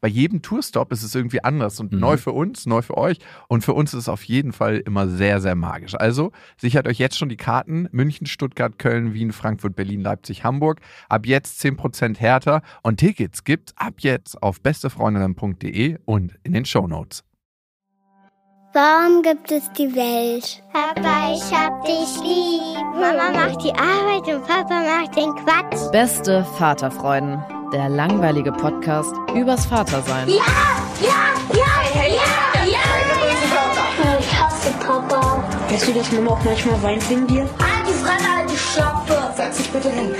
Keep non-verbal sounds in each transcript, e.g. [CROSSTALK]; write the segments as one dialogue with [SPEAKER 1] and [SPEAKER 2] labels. [SPEAKER 1] bei jedem Tourstop ist es irgendwie anders und
[SPEAKER 2] Mhm.
[SPEAKER 1] neu für uns, neu für euch und für uns ist es auf jeden Fall immer sehr, sehr magisch. Also sichert euch jetzt schon die Karten. München, Stuttgart, Köln, Wien, Frankfurt, Berlin, Leipzig, Hamburg. Ab jetzt 10% härter und Tickets gibt's ab jetzt auf bestefreundinnen.de und in den Shownotes.
[SPEAKER 3] Warum gibt es die Welt? Papa, ich hab dich lieb. Mama macht die Arbeit und Papa macht den Quatsch.
[SPEAKER 4] Beste Vaterfreuden, der langweilige Podcast übers Vatersein.
[SPEAKER 3] Ich hasse Papa.
[SPEAKER 5] Weißt du, dass Mama auch manchmal weint wegen dir?
[SPEAKER 3] Halt die Fresse, halt die Schlappe. Setz dich bitte hin.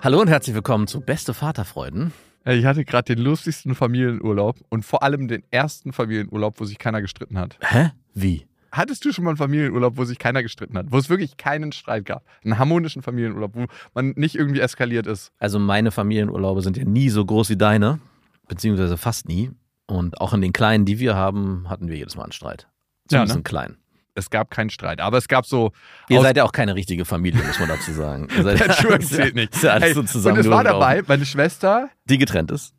[SPEAKER 2] Hallo und herzlich willkommen zu Beste Vaterfreuden.
[SPEAKER 1] Äh, Ich hatte gerade den lustigsten Familienurlaub und vor allem den ersten Familienurlaub, wo sich keiner gestritten hat.
[SPEAKER 2] Hä? Wie?
[SPEAKER 1] Hattest du schon mal einen Familienurlaub, wo sich keiner gestritten hat? Wo es wirklich keinen Streit gab? Einen harmonischen Familienurlaub, wo man nicht irgendwie eskaliert ist?
[SPEAKER 2] Also meine Familienurlaube sind ja nie so groß wie deine, beziehungsweise fast nie. Und auch in den kleinen, die wir haben, hatten wir jedes Mal einen Streit.
[SPEAKER 1] Ja, ne?
[SPEAKER 2] Zumindest einen kleinen.
[SPEAKER 1] Es gab keinen Streit, aber es gab
[SPEAKER 2] [LAUGHS]
[SPEAKER 1] so.
[SPEAKER 2] Ihr
[SPEAKER 1] Aus-
[SPEAKER 2] seid ja auch keine richtige Familie, muss man
[SPEAKER 1] [LAUGHS]
[SPEAKER 2] dazu sagen. Ihr seid
[SPEAKER 1] Entschuldigung, zählt nicht.
[SPEAKER 2] [LAUGHS] Ist ja alles
[SPEAKER 1] Hey,
[SPEAKER 2] so
[SPEAKER 1] und es war
[SPEAKER 2] zusammengelaufen.
[SPEAKER 1] dabei, meine Schwester,
[SPEAKER 2] Die getrennt ist.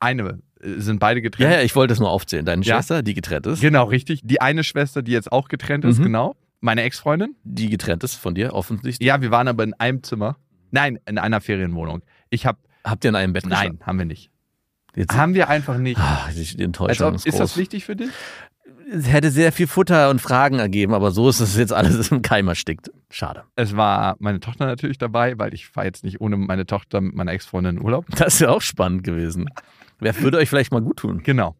[SPEAKER 1] eine, äh, sind beide
[SPEAKER 2] Ja,
[SPEAKER 1] getrennt.
[SPEAKER 2] ja, ich wollte es nur aufzählen. Deine
[SPEAKER 1] Ja.
[SPEAKER 2] Schwester, die getrennt ist.
[SPEAKER 1] Genau, richtig. Die eine Schwester, die jetzt auch getrennt ist,
[SPEAKER 2] Mhm.
[SPEAKER 1] genau. Meine Ex-Freundin.
[SPEAKER 2] Die getrennt ist von dir, offensichtlich.
[SPEAKER 1] Ja, wir waren aber in einem Zimmer. Nein, in einer Ferienwohnung. Ich habe.
[SPEAKER 2] Habt ihr in einem Bett
[SPEAKER 1] Nein, haben wir nicht.
[SPEAKER 2] geschlafen? Jetzt,
[SPEAKER 1] Haben wir einfach nicht.
[SPEAKER 2] ah, die die
[SPEAKER 1] Als
[SPEAKER 2] Enttäuschung
[SPEAKER 1] ob,
[SPEAKER 2] ist,
[SPEAKER 1] ist das
[SPEAKER 2] groß.
[SPEAKER 1] wichtig für dich?
[SPEAKER 2] Es hätte sehr viel Futter und Fragen ergeben, aber so ist es jetzt alles im Keim erstickt. Schade.
[SPEAKER 1] Es war meine Tochter natürlich dabei, weil ich fahre jetzt nicht ohne meine Tochter mit meiner Ex-Freundin in Urlaub.
[SPEAKER 2] Das ist ja auch spannend gewesen. Wer würde euch vielleicht mal gut tun?
[SPEAKER 1] Genau.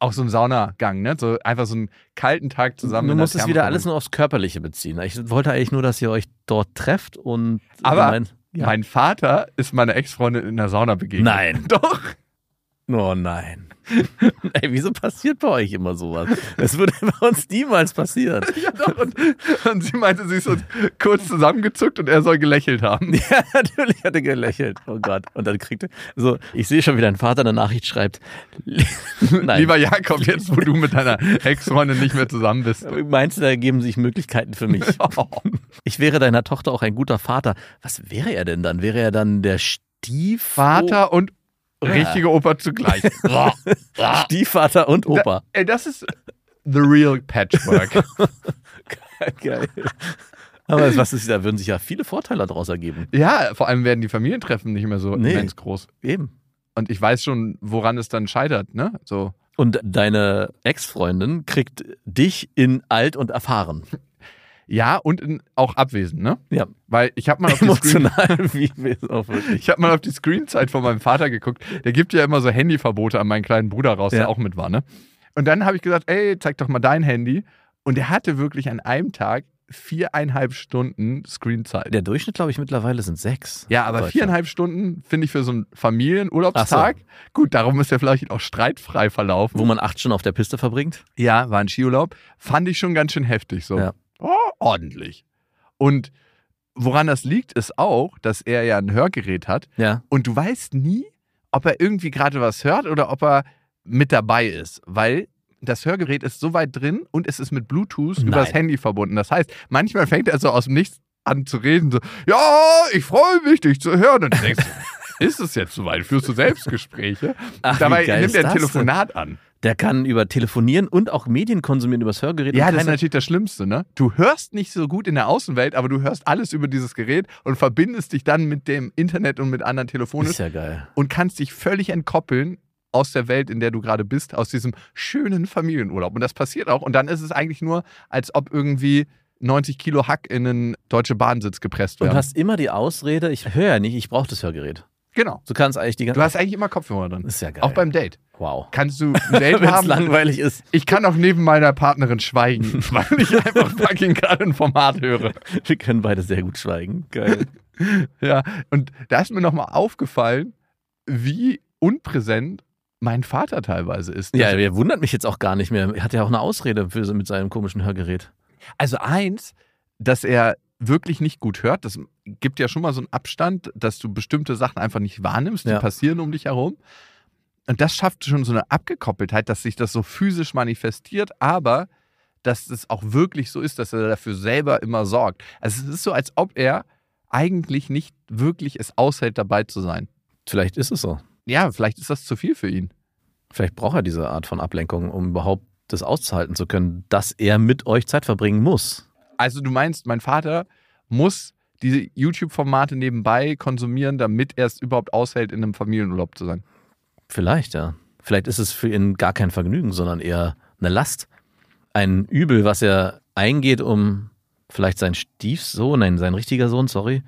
[SPEAKER 1] Auch so ein Saunagang, ne? So einfach so einen kalten Tag zusammen.
[SPEAKER 2] du
[SPEAKER 1] in der
[SPEAKER 2] musst es wieder
[SPEAKER 1] Therme-
[SPEAKER 2] alles nur aufs Körperliche beziehen. Ich wollte eigentlich nur, dass ihr euch dort trefft und.
[SPEAKER 1] Aber-
[SPEAKER 2] Nein. Ja.
[SPEAKER 1] Mein Vater ist meiner Ex-Freundin in der Sauna begegnet.
[SPEAKER 2] Nein.
[SPEAKER 1] [LAUGHS] Doch.
[SPEAKER 2] Oh nein. [LAUGHS] Ey, wieso passiert bei euch immer sowas? Das würde [LAUGHS] bei uns
[SPEAKER 1] [LAUGHS]
[SPEAKER 2] niemals passieren.
[SPEAKER 1] Ja, doch. Und, und sie meinte, sie ist so kurz zusammengezuckt und er soll gelächelt haben.
[SPEAKER 2] Ja, natürlich hat er gelächelt. Oh Gott. Und dann kriegt er. So, ich sehe schon, wie dein Vater eine Nachricht schreibt. [LAUGHS]
[SPEAKER 1] [LAUGHS]
[SPEAKER 2] Nein.
[SPEAKER 1] Lieber Jakob, jetzt wo du mit deiner Ex-Freundin nicht mehr zusammen
[SPEAKER 2] [LAUGHS]
[SPEAKER 1] bist.
[SPEAKER 2] Meinst du, da ergeben sich Möglichkeiten für mich? Ich wäre deiner Tochter auch ein guter Vater. Was wäre er denn dann? Wäre er dann der
[SPEAKER 1] [LAUGHS]
[SPEAKER 2] Stiefvater?
[SPEAKER 1] Vater und richtige Opa
[SPEAKER 2] [LAUGHS]
[SPEAKER 1] zugleich. [LAUGHS]
[SPEAKER 2] Stiefvater und Opa.
[SPEAKER 1] Ey, das ist the real Patchwork.
[SPEAKER 2] [LAUGHS] Geil. Aber was ist, da würden sich ja viele Vorteile daraus ergeben.
[SPEAKER 1] Ja, vor allem werden die Familientreffen nicht mehr so
[SPEAKER 2] Nee.
[SPEAKER 1] immens groß.
[SPEAKER 2] Eben.
[SPEAKER 1] Und ich weiß schon, woran es dann scheitert, ne? So.
[SPEAKER 2] Und deine Ex-Freundin kriegt dich in alt und [LAUGHS] erfahren.
[SPEAKER 1] Ja, und in, auch abwesend, ne?
[SPEAKER 2] Ja.
[SPEAKER 1] Weil ich habe mal, auf die Screen-
[SPEAKER 2] Emotional, wie wir es auch wirklich.
[SPEAKER 1] ich hab mal auf die Screenzeit von meinem Vater geguckt. Der gibt ja immer so Handyverbote an meinen kleinen Bruder raus, der
[SPEAKER 2] Ja.
[SPEAKER 1] auch mit war, ne? Und dann habe ich gesagt, ey, zeig doch mal dein Handy. Und er hatte wirklich an einem Tag viereinhalb Stunden Screenzeit.
[SPEAKER 2] Der Durchschnitt, glaube ich, mittlerweile sind sechs.
[SPEAKER 1] Ja, aber
[SPEAKER 2] Deutschland.
[SPEAKER 1] viereinhalb Stunden finde ich für so einen Familienurlaubstag. Gut, darum ist der vielleicht auch streitfrei verlaufen.
[SPEAKER 2] Wo man acht Stunden auf der Piste verbringt.
[SPEAKER 1] Ja, war ein Skiurlaub. Fand ich schon ganz schön heftig so.
[SPEAKER 2] Ja.
[SPEAKER 1] Oh, ordentlich. Und woran das liegt, ist auch, dass er ja ein Hörgerät hat
[SPEAKER 2] Ja.
[SPEAKER 1] und du weißt nie, ob er irgendwie gerade was hört oder ob er mit dabei ist, weil das Hörgerät ist so weit drin und es ist mit Bluetooth
[SPEAKER 2] Nein.
[SPEAKER 1] übers Handy verbunden. Das heißt, manchmal fängt er so aus dem Nichts an zu reden, so, ja, ich freue mich, dich zu hören. Und du denkst, [LAUGHS] ist es jetzt soweit? Führst du Selbstgespräche?
[SPEAKER 2] Ach, wie
[SPEAKER 1] Dabei
[SPEAKER 2] geil
[SPEAKER 1] nimmt
[SPEAKER 2] ist
[SPEAKER 1] er ein
[SPEAKER 2] das denn?
[SPEAKER 1] Telefonat an.
[SPEAKER 2] Der kann über Telefonieren und auch Medien konsumieren, über das halt Hörgerät.
[SPEAKER 1] Ja,
[SPEAKER 2] und
[SPEAKER 1] das ist
[SPEAKER 2] keine-
[SPEAKER 1] natürlich das Schlimmste, ne? Du hörst nicht so gut in der Außenwelt, aber du hörst alles über dieses Gerät und verbindest dich dann mit dem Internet und mit anderen Telefonen
[SPEAKER 2] ist ja geil.
[SPEAKER 1] und kannst dich völlig entkoppeln aus der Welt, in der du gerade bist, aus diesem schönen Familienurlaub. Und das passiert auch. Und dann ist es eigentlich nur, als ob irgendwie 90 Kilo Hack in einen deutsche Bahnsitz gepresst
[SPEAKER 2] Und
[SPEAKER 1] werden.
[SPEAKER 2] hast immer die Ausrede, ich höre ja nicht, ich brauche das Hörgerät.
[SPEAKER 1] genau.
[SPEAKER 2] So kannst eigentlich die ganze
[SPEAKER 1] Du hast eigentlich immer Kopfhörer drin.
[SPEAKER 2] Ist ja geil.
[SPEAKER 1] Auch beim Date.
[SPEAKER 2] Wow.
[SPEAKER 1] Kannst
[SPEAKER 2] [LAUGHS]
[SPEAKER 1] du ein Date
[SPEAKER 2] Wenn es
[SPEAKER 1] haben?
[SPEAKER 2] langweilig ist,
[SPEAKER 1] Ich kann auch neben meiner Partnerin
[SPEAKER 2] [LAUGHS]
[SPEAKER 1] schweigen, weil ich einfach fucking gerade ein Format höre. [LAUGHS]
[SPEAKER 2] wir können beide sehr gut schweigen. Geil.
[SPEAKER 1] Ja, und da ist mir nochmal aufgefallen, wie unpräsent mein Vater teilweise ist.
[SPEAKER 2] Ja, er wundert mich jetzt auch gar nicht mehr. Er hat ja auch eine Ausrede für, mit seinem komischen Hörgerät.
[SPEAKER 1] Also eins, dass er wirklich nicht gut hört, das gibt ja schon mal so einen Abstand, dass du bestimmte Sachen einfach nicht wahrnimmst, die
[SPEAKER 2] Ja.
[SPEAKER 1] passieren um dich herum. Und das schafft schon so eine Abgekoppeltheit, dass sich das so physisch manifestiert, aber dass es auch wirklich so ist, dass er dafür selber immer sorgt. Also es ist so, als ob er eigentlich nicht wirklich es aushält, dabei zu sein.
[SPEAKER 2] Vielleicht ist es so.
[SPEAKER 1] Ja, vielleicht ist das zu viel für ihn.
[SPEAKER 2] Vielleicht braucht er diese Art von Ablenkung, um überhaupt das auszuhalten zu können, dass er mit euch Zeit verbringen muss.
[SPEAKER 1] Also du meinst, mein Vater muss diese YouTube-Formate nebenbei konsumieren, damit er es überhaupt aushält, in einem Familienurlaub zu sein.
[SPEAKER 2] Vielleicht, ja. Vielleicht ist es für ihn gar kein Vergnügen, sondern eher eine Last. Ein Übel, was er eingeht, um vielleicht seinen Stiefsohn, nein, sein richtiger Sohn, sorry,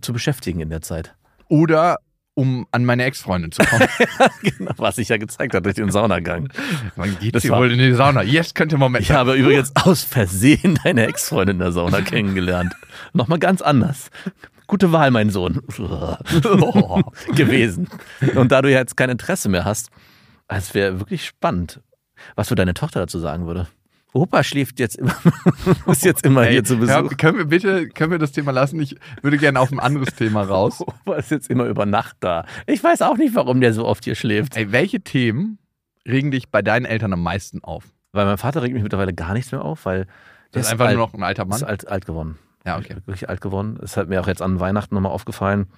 [SPEAKER 2] zu beschäftigen in der Zeit.
[SPEAKER 1] Oder um an meine Ex-Freundin zu kommen.
[SPEAKER 2] Genau, was sich ja gezeigt hat durch den Saunagang.
[SPEAKER 1] [LAUGHS] Wann geht
[SPEAKER 2] Das
[SPEAKER 1] sie
[SPEAKER 2] war-
[SPEAKER 1] wohl in die Sauna? Jetzt könnte Moment.
[SPEAKER 2] Ich habe übrigens aus Versehen deine Ex-Freundin in der Sauna kennengelernt. Nochmal ganz anders. Gute Wahl, mein Sohn. [LAUGHS] Oh, gewesen. Und da du ja jetzt kein Interesse mehr hast, es wäre wirklich spannend, was für deine Tochter dazu sagen würde. Opa schläft jetzt immer, [LAUGHS] ist jetzt immer
[SPEAKER 1] Ey,
[SPEAKER 2] hier zu
[SPEAKER 1] hör-
[SPEAKER 2] Besuch.
[SPEAKER 1] können wir bitte, können wir das Thema lassen? Ich würde gerne auf ein anderes Thema raus.
[SPEAKER 2] Opa ist jetzt immer über Nacht da. Ich weiß auch nicht, warum der so oft hier schläft.
[SPEAKER 1] Ey, welche Themen regen dich bei deinen Eltern am meisten auf?
[SPEAKER 2] Weil mein Vater regt mich mittlerweile gar nichts mehr auf, weil
[SPEAKER 1] Das ist
[SPEAKER 2] der
[SPEAKER 1] einfach
[SPEAKER 2] alt-
[SPEAKER 1] nur noch ein alter
[SPEAKER 2] ist
[SPEAKER 1] Mann.
[SPEAKER 2] alt, alt geworden.
[SPEAKER 1] Ja, okay.
[SPEAKER 2] Wirklich alt geworden. Es hat mir auch jetzt an Weihnachten nochmal aufgefallen.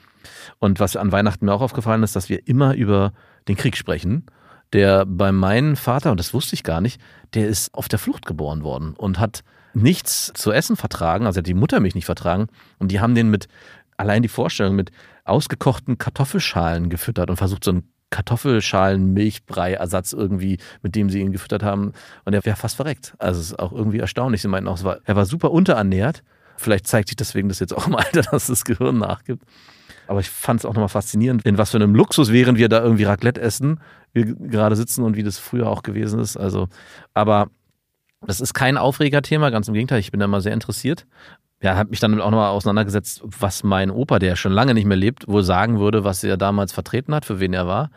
[SPEAKER 2] Und was an Weihnachten mir auch aufgefallen ist, dass wir immer über den Krieg sprechen, der bei meinem Vater, und das wusste ich gar nicht, der ist auf der Flucht geboren worden und hat nichts zu essen vertragen, also hat die Mutter mich nicht vertragen. Und die haben den mit, allein die Vorstellung, mit ausgekochten Kartoffelschalen gefüttert und versucht so einen Kartoffelschalenmilchbrei-Ersatz irgendwie, mit dem sie ihn gefüttert haben. Und er wäre fast verreckt. Also es ist auch irgendwie erstaunlich. Sie meinten auch, es war, er war super unterernährt. Vielleicht zeigt sich deswegen das jetzt auch im Alter, [LAUGHS] dass das Gehirn nachgibt. Aber ich fand es auch nochmal faszinierend, in was für einem Luxus, während wir da irgendwie Raclette essen, wir g- gerade sitzen und wie das früher auch gewesen ist. Also, aber das ist kein Aufregerthema, ganz im Gegenteil, ich bin da mal sehr interessiert. Ja, habe mich dann auch nochmal auseinandergesetzt, was mein Opa, der schon lange nicht mehr lebt, wohl sagen würde, was er damals vertreten hat, für wen er war.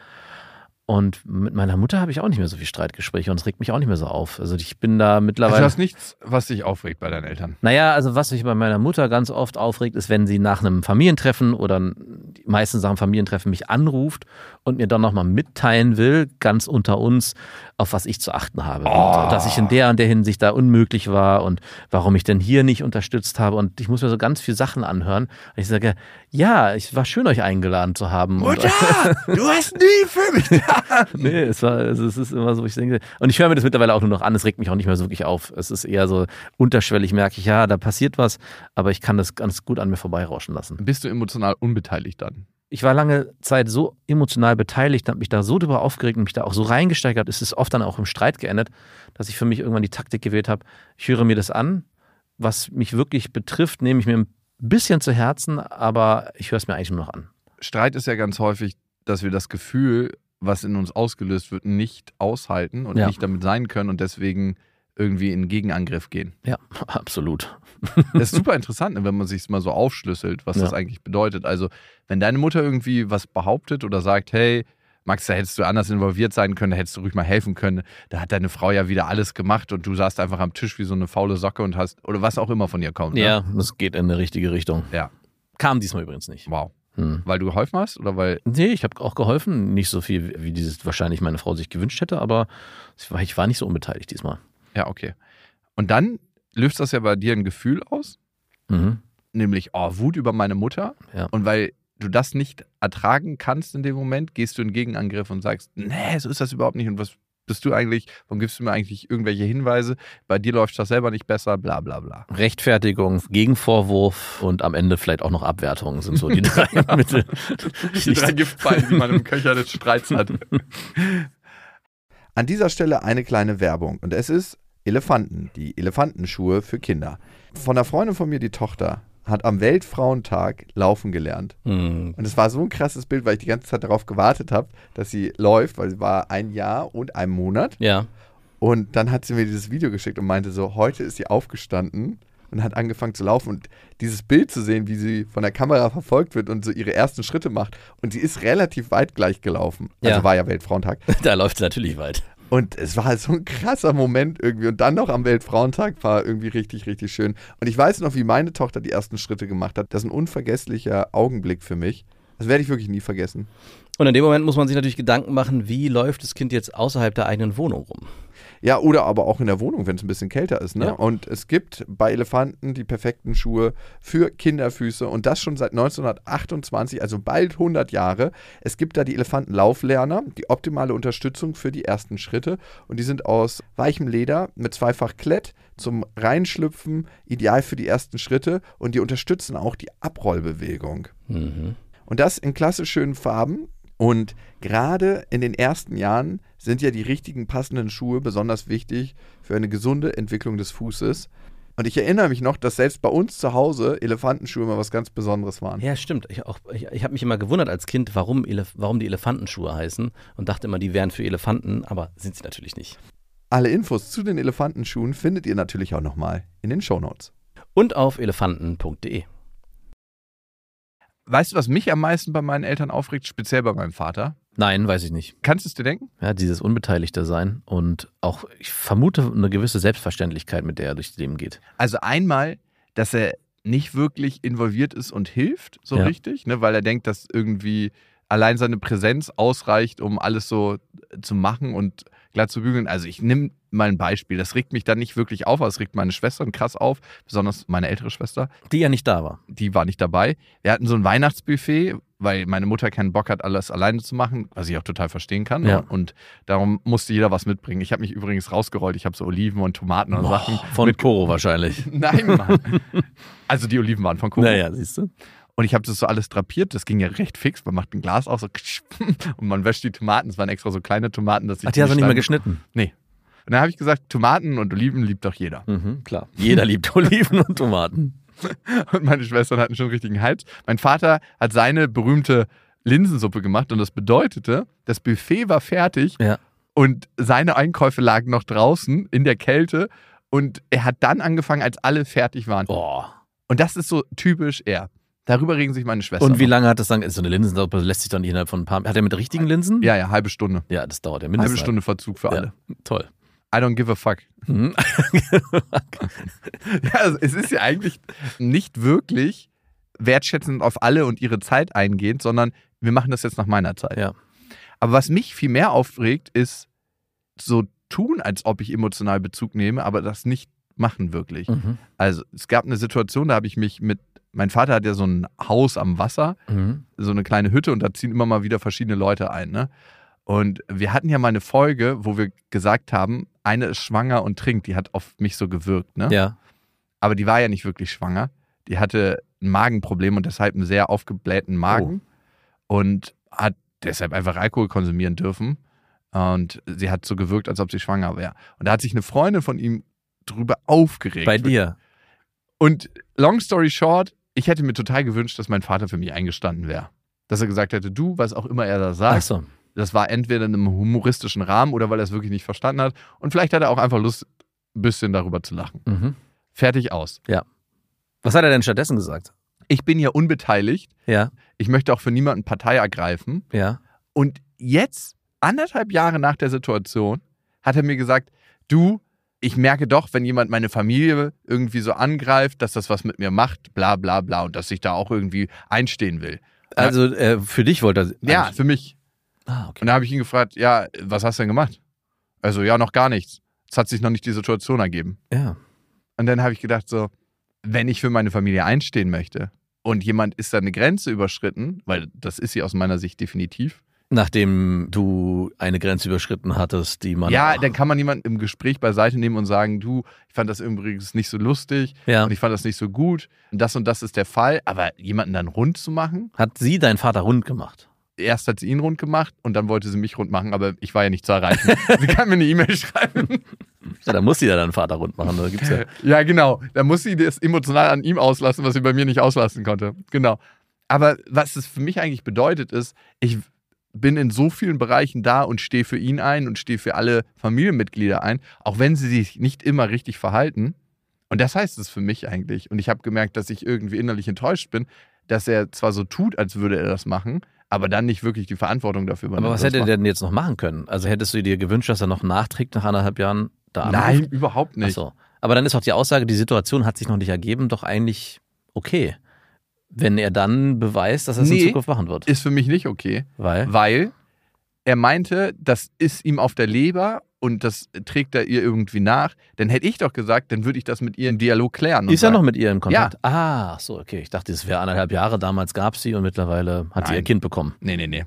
[SPEAKER 2] Und mit meiner Mutter habe ich auch nicht mehr so viel Streitgespräche und es regt mich auch nicht mehr so auf. Also ich bin da
[SPEAKER 1] Also
[SPEAKER 2] mittlerweile.
[SPEAKER 1] du hast nichts, was dich aufregt bei deinen Eltern.
[SPEAKER 2] Naja, also was mich bei meiner Mutter ganz oft aufregt, ist, wenn sie nach einem Familientreffen oder die meisten Sachen Familientreffen mich anruft und mir dann nochmal mitteilen will, ganz unter uns, auf was ich zu achten habe.
[SPEAKER 1] Oh.
[SPEAKER 2] Und dass ich in der und der Hinsicht da unmöglich war und warum ich denn hier nicht unterstützt habe. Und ich muss mir so ganz viele Sachen anhören. Und ich sage, ja, es war schön, euch eingeladen zu
[SPEAKER 1] [LAUGHS]
[SPEAKER 2] haben. Und,
[SPEAKER 1] du hast nie für mich da.
[SPEAKER 2] [LAUGHS] Nee, es, war, es ist- es ist immer so, ich denke. Und ich höre mir das mittlerweile auch nur noch an, es regt mich auch nicht mehr so wirklich auf. Es ist eher so unterschwellig, merke ich, ja, da passiert was, aber ich kann das ganz gut an mir vorbeirauschen lassen.
[SPEAKER 1] Bist du emotional unbeteiligt dann?
[SPEAKER 2] Ich war lange Zeit so emotional beteiligt, habe mich da so drüber aufgeregt und mich da auch so reingesteigert, es ist oft dann auch im Streit geendet, dass ich für mich irgendwann die Taktik gewählt habe, ich höre mir das an, was mich wirklich betrifft, nehme ich mir ein bisschen zu Herzen, aber ich höre es mir eigentlich nur noch an.
[SPEAKER 1] Streit ist ja ganz häufig, dass wir das Gefühl, was in uns ausgelöst wird, nicht aushalten und
[SPEAKER 2] Ja.
[SPEAKER 1] nicht damit sein können und deswegen irgendwie in Gegenangriff
[SPEAKER 2] [LAUGHS]
[SPEAKER 1] gehen.
[SPEAKER 2] Ja, absolut.
[SPEAKER 1] Das ist super interessant, ne, wenn man sich mal so aufschlüsselt, was
[SPEAKER 2] Ja.
[SPEAKER 1] das eigentlich bedeutet. Also, wenn deine Mutter irgendwie was behauptet oder sagt, hey, Max, da hättest du anders involviert sein können, da hättest du ruhig mal helfen können. Da hat deine Frau ja wieder alles gemacht und du saßt einfach am Tisch wie so eine faule Socke und hast, oder was auch immer von ihr kommt. ne?
[SPEAKER 2] Ja, das geht in eine richtige Richtung.
[SPEAKER 1] Ja.
[SPEAKER 2] Kam diesmal übrigens nicht.
[SPEAKER 1] Wow.
[SPEAKER 2] Hm.
[SPEAKER 1] Weil du geholfen hast oder weil
[SPEAKER 2] Nee, ich habe auch geholfen. Nicht so viel, wie dieses wahrscheinlich meine Frau sich gewünscht hätte, aber ich war, ich war nicht so unbeteiligt diesmal.
[SPEAKER 1] Ja, okay. Und dann löst das ja bei dir ein Gefühl aus,
[SPEAKER 2] Mhm.
[SPEAKER 1] nämlich oh, Wut über meine Mutter.
[SPEAKER 2] Ja.
[SPEAKER 1] Und weil du das nicht ertragen kannst in dem Moment, gehst du in Gegenangriff und sagst, nee, so ist das überhaupt nicht. Und was bist du eigentlich? Warum gibst du mir eigentlich irgendwelche Hinweise? Bei dir läuft das selber nicht besser, bla bla bla.
[SPEAKER 2] Rechtfertigung, Gegenvorwurf und am Ende vielleicht auch noch Abwertung
[SPEAKER 6] [LAUGHS]
[SPEAKER 2] sind so die drei Mittel.
[SPEAKER 1] Giftpfeilen, die man im Köcher des Streits hat. An dieser Stelle eine kleine Werbung und es ist Elefanten, die Elefantenschuhe für Kinder. Von einer Freundin von mir, die Tochter, hat am Weltfrauentag laufen gelernt.
[SPEAKER 2] Hm.
[SPEAKER 1] Und es war so ein krasses Bild, weil ich die ganze Zeit darauf gewartet habe, dass sie läuft, weil sie war ein Jahr und ein Monat.
[SPEAKER 2] Ja.
[SPEAKER 1] Und dann hat sie mir dieses Video geschickt und meinte so, heute ist sie aufgestanden. Und
[SPEAKER 7] und hat angefangen zu laufen. Und dieses Bild zu sehen, wie sie von der Kamera verfolgt wird und so ihre ersten Schritte macht. Und sie ist relativ weit gleich gelaufen. Also
[SPEAKER 6] Ja.
[SPEAKER 7] war ja Weltfrauentag.
[SPEAKER 6] Da läuft es natürlich weit.
[SPEAKER 7] Und es war so ein krasser Moment irgendwie. Und dann noch am Weltfrauentag war irgendwie richtig, richtig schön. Und ich weiß noch, wie meine Tochter die ersten Schritte gemacht hat. Das ist ein unvergesslicher Augenblick für mich. Das werde ich wirklich nie vergessen.
[SPEAKER 6] Und in dem Moment muss man sich natürlich Gedanken machen, wie läuft das Kind jetzt außerhalb der eigenen Wohnung rum?
[SPEAKER 7] Ja, oder aber auch in der Wohnung, wenn es ein bisschen kälter ist. Ne?
[SPEAKER 6] Ja.
[SPEAKER 7] Und es gibt bei Elefanten die perfekten Schuhe für Kinderfüße und das schon seit 1928, also bald 100 Jahre. Es gibt da die Elefantenlauflerner, die optimale Unterstützung für die ersten Schritte. Und die sind aus weichem Leder mit zweifach Klett zum Reinschlüpfen, ideal für die ersten Schritte. Und die unterstützen auch die Abrollbewegung.
[SPEAKER 6] Mhm.
[SPEAKER 7] Und das in klassisch schönen Farben. Und gerade in den ersten Jahren sind ja die richtigen passenden Schuhe besonders wichtig für eine gesunde Entwicklung des Fußes. Und ich erinnere mich noch, dass selbst bei uns zu Hause Elefantenschuhe immer was ganz Besonderes waren.
[SPEAKER 6] Ja, stimmt. Ich, auch- ich, ich habe mich immer gewundert als Kind, warum, Elef warum die Elefantenschuhe heißen und dachte immer, die wären für Elefanten, aber sind sie natürlich nicht.
[SPEAKER 7] Alle Infos zu den Elefantenschuhen findet ihr natürlich auch nochmal in den Shownotes.
[SPEAKER 6] Und auf elefanten.de.
[SPEAKER 1] Weißt du, was mich am meisten bei meinen Eltern aufregt, speziell bei meinem Vater?
[SPEAKER 2] Nein, weiß ich nicht.
[SPEAKER 1] Kannst du es dir denken?
[SPEAKER 2] Ja, dieses Unbeteiligte sein und auch, ich vermute, eine gewisse Selbstverständlichkeit, mit der er durchs Leben geht.
[SPEAKER 1] Also einmal, dass er nicht wirklich involviert ist und hilft, so
[SPEAKER 2] Ja.
[SPEAKER 1] richtig, ne, weil er denkt, dass irgendwie allein seine Präsenz ausreicht, um alles so zu machen und glatt zu bügeln. Also ich nehme mal ein Beispiel. Das regt mich dann nicht wirklich auf, aber es regt meine Schwestern krass auf, besonders meine ältere Schwester.
[SPEAKER 2] Die ja nicht da war.
[SPEAKER 1] Die war nicht dabei. Wir hatten so ein Weihnachtsbuffet, weil meine Mutter keinen Bock hat, alles alleine zu machen, was ich auch total verstehen kann.
[SPEAKER 2] Ja.
[SPEAKER 1] ne? Und darum musste jeder was mitbringen. Ich habe mich übrigens rausgerollt. Ich habe so Oliven und Tomaten und Sachen
[SPEAKER 2] Von Koro wahrscheinlich. [LAUGHS]
[SPEAKER 1] Nein, Mann. Also die Oliven waren von Kuchen.
[SPEAKER 2] Naja, siehst du?
[SPEAKER 1] Und ich habe das so alles drapiert. Das ging ja recht fix. Man macht ein Glas auf so [LAUGHS] und man wäscht die Tomaten. Es waren extra so kleine Tomaten, dass ich
[SPEAKER 2] Ach, die hast du nicht mehr
[SPEAKER 1] standen.
[SPEAKER 2] geschnitten.
[SPEAKER 1] Nee. Und dann habe ich gesagt, Tomaten und Oliven liebt doch jeder. [LAUGHS]
[SPEAKER 2] Mhm, klar. Jeder [LAUGHS] liebt Oliven und Tomaten.
[SPEAKER 1] Und meine Schwestern hatten schon einen richtigen Hals. Mein Vater hat seine berühmte Linsensuppe gemacht und das bedeutete, das Buffet war fertig
[SPEAKER 2] Ja.
[SPEAKER 1] und seine Einkäufe lagen noch draußen in der Kälte und er hat dann angefangen, als alle fertig waren.
[SPEAKER 2] Boah.
[SPEAKER 1] Und das ist so typisch er. Darüber regen sich meine Schwestern.
[SPEAKER 2] Und wie
[SPEAKER 1] auf.
[SPEAKER 2] lange hat das dann? So eine Linsensuppe lässt sich dann nicht innerhalb von ein paar. Hat er mit richtigen Linsen?
[SPEAKER 1] Ja, ja, halbe Stunde.
[SPEAKER 2] Ja, das dauert ja
[SPEAKER 1] Halbe
[SPEAKER 2] mindestens.
[SPEAKER 1] Stunde Verzug für alle.
[SPEAKER 2] Ja. Toll.
[SPEAKER 1] I don't give a fuck. [LAUGHS]
[SPEAKER 2] Mhm.
[SPEAKER 1] Ja, also es ist ja eigentlich nicht wirklich wertschätzend auf alle und ihre Zeit eingehend, sondern wir machen das jetzt nach meiner Zeit.
[SPEAKER 2] Ja.
[SPEAKER 1] Aber was mich viel mehr aufregt, ist so tun, als ob ich emotional Bezug nehme, aber das nicht machen wirklich.
[SPEAKER 2] [LAUGHS] Mhm.
[SPEAKER 1] Also es gab eine Situation, da habe ich mich mit, mein Vater hat ja so ein Haus am Wasser
[SPEAKER 2] Mhm.
[SPEAKER 1] so eine kleine Hütte und da ziehen immer mal wieder verschiedene Leute ein. Ne? Und wir hatten ja mal eine Folge, wo wir gesagt haben, eine ist schwanger und trinkt. Die hat auf mich so gewirkt. Ne?
[SPEAKER 2] Ja.
[SPEAKER 1] Aber die war ja nicht wirklich schwanger. Die hatte ein Magenproblem und deshalb einen sehr aufgeblähten Magen
[SPEAKER 2] Oh,
[SPEAKER 1] und hat deshalb einfach Alkohol konsumieren dürfen. Und sie hat so gewirkt, als ob sie schwanger wäre. Und da hat sich eine Freundin von ihm drüber aufgeregt.
[SPEAKER 2] Bei dir.
[SPEAKER 1] Und long story short, ich hätte mir total gewünscht, dass mein Vater für mich eingestanden wäre. Dass er gesagt hätte, du, was auch immer er da sagt,
[SPEAKER 2] Ach so.
[SPEAKER 1] das war entweder in einem humoristischen Rahmen oder weil er es wirklich nicht verstanden hat. Und vielleicht hat er auch einfach Lust, ein bisschen darüber zu lachen.
[SPEAKER 2] Mhm.
[SPEAKER 1] Fertig aus.
[SPEAKER 2] Was hat er denn stattdessen gesagt?
[SPEAKER 1] Ich bin hier unbeteiligt.
[SPEAKER 2] Ja.
[SPEAKER 1] Ich möchte auch für niemanden Partei ergreifen.
[SPEAKER 2] Ja.
[SPEAKER 1] Und jetzt, anderthalb Jahre nach der Situation, hat er mir gesagt, du, ich merke doch, wenn jemand meine Familie irgendwie so angreift, dass das was mit mir macht, bla bla bla, und dass ich da auch irgendwie einstehen will.
[SPEAKER 2] Also äh, für dich wollte er.
[SPEAKER 1] Ja, für mich.
[SPEAKER 2] Ah, okay.
[SPEAKER 1] Und da habe ich ihn gefragt, ja, was hast du denn gemacht? Also ja, noch gar nichts. Es hat sich noch nicht die Situation ergeben.
[SPEAKER 2] Ja.
[SPEAKER 1] Und dann habe ich gedacht, so, wenn ich für meine Familie einstehen möchte und jemand ist da eine Grenze überschritten, weil das ist sie aus meiner Sicht definitiv,
[SPEAKER 2] Nachdem du eine Grenze überschritten hattest, die man.
[SPEAKER 1] Ja, dann kann man jemanden im Gespräch beiseite nehmen und sagen, du, ich fand das übrigens nicht so lustig
[SPEAKER 2] ja.
[SPEAKER 1] und ich fand das nicht so gut und das und das ist der Fall. Aber jemanden dann rund zu machen,
[SPEAKER 2] Hat sie deinen Vater rund gemacht?
[SPEAKER 1] erst hat sie ihn rund gemacht und dann wollte sie mich rund machen, aber ich war ja nicht zu erreichen. sie kann mir eine E-Mail schreiben.
[SPEAKER 2] Ja, dann muss sie ja deinen Vater rund machen. Da gibt's ja.
[SPEAKER 1] [LAUGHS] ja, genau. Dann muss sie das emotional an ihm auslassen, was sie bei mir nicht auslassen konnte. Genau. Aber was es für mich eigentlich bedeutet, ist, ich bin in so vielen Bereichen da und stehe für ihn ein und stehe für alle Familienmitglieder ein, auch wenn sie sich nicht immer richtig verhalten. Und Und das heißt es für mich eigentlich. Und ich habe gemerkt, dass ich irgendwie innerlich enttäuscht bin, dass er zwar so tut, als würde er das machen, aber dann nicht wirklich die Verantwortung dafür
[SPEAKER 2] Aber was
[SPEAKER 1] dass
[SPEAKER 2] hätte
[SPEAKER 1] er
[SPEAKER 2] er
[SPEAKER 1] das
[SPEAKER 2] denn jetzt noch machen können? Also hättest du dir gewünscht, dass er noch nachträgt nach anderthalb Jahren da
[SPEAKER 1] macht.
[SPEAKER 2] anruft?
[SPEAKER 1] Nein, überhaupt
[SPEAKER 2] Ach
[SPEAKER 1] nicht.
[SPEAKER 2] so. Aber dann ist auch die Aussage, die Situation hat sich noch nicht ergeben, doch eigentlich okay. Wenn er dann beweist, dass er es
[SPEAKER 1] Nee.
[SPEAKER 2] in Zukunft machen wird.
[SPEAKER 1] Ist für mich nicht okay.
[SPEAKER 2] Weil?
[SPEAKER 1] weil er meinte, das ist ihm auf der Leber und das trägt er ihr irgendwie nach. Dann hätte ich doch gesagt, dann würde ich das mit ihr im Dialog klären. und
[SPEAKER 2] Ist er noch
[SPEAKER 1] sagen,
[SPEAKER 2] mit ihr in Kontakt? Ah, ach so, okay. Ich dachte, es wäre anderthalb Jahre. Damals gab es sie und mittlerweile hat sie
[SPEAKER 1] Nein.
[SPEAKER 2] ihr Kind [LAUGHS] bekommen.
[SPEAKER 1] Nee, nee, [LAUGHS] nee.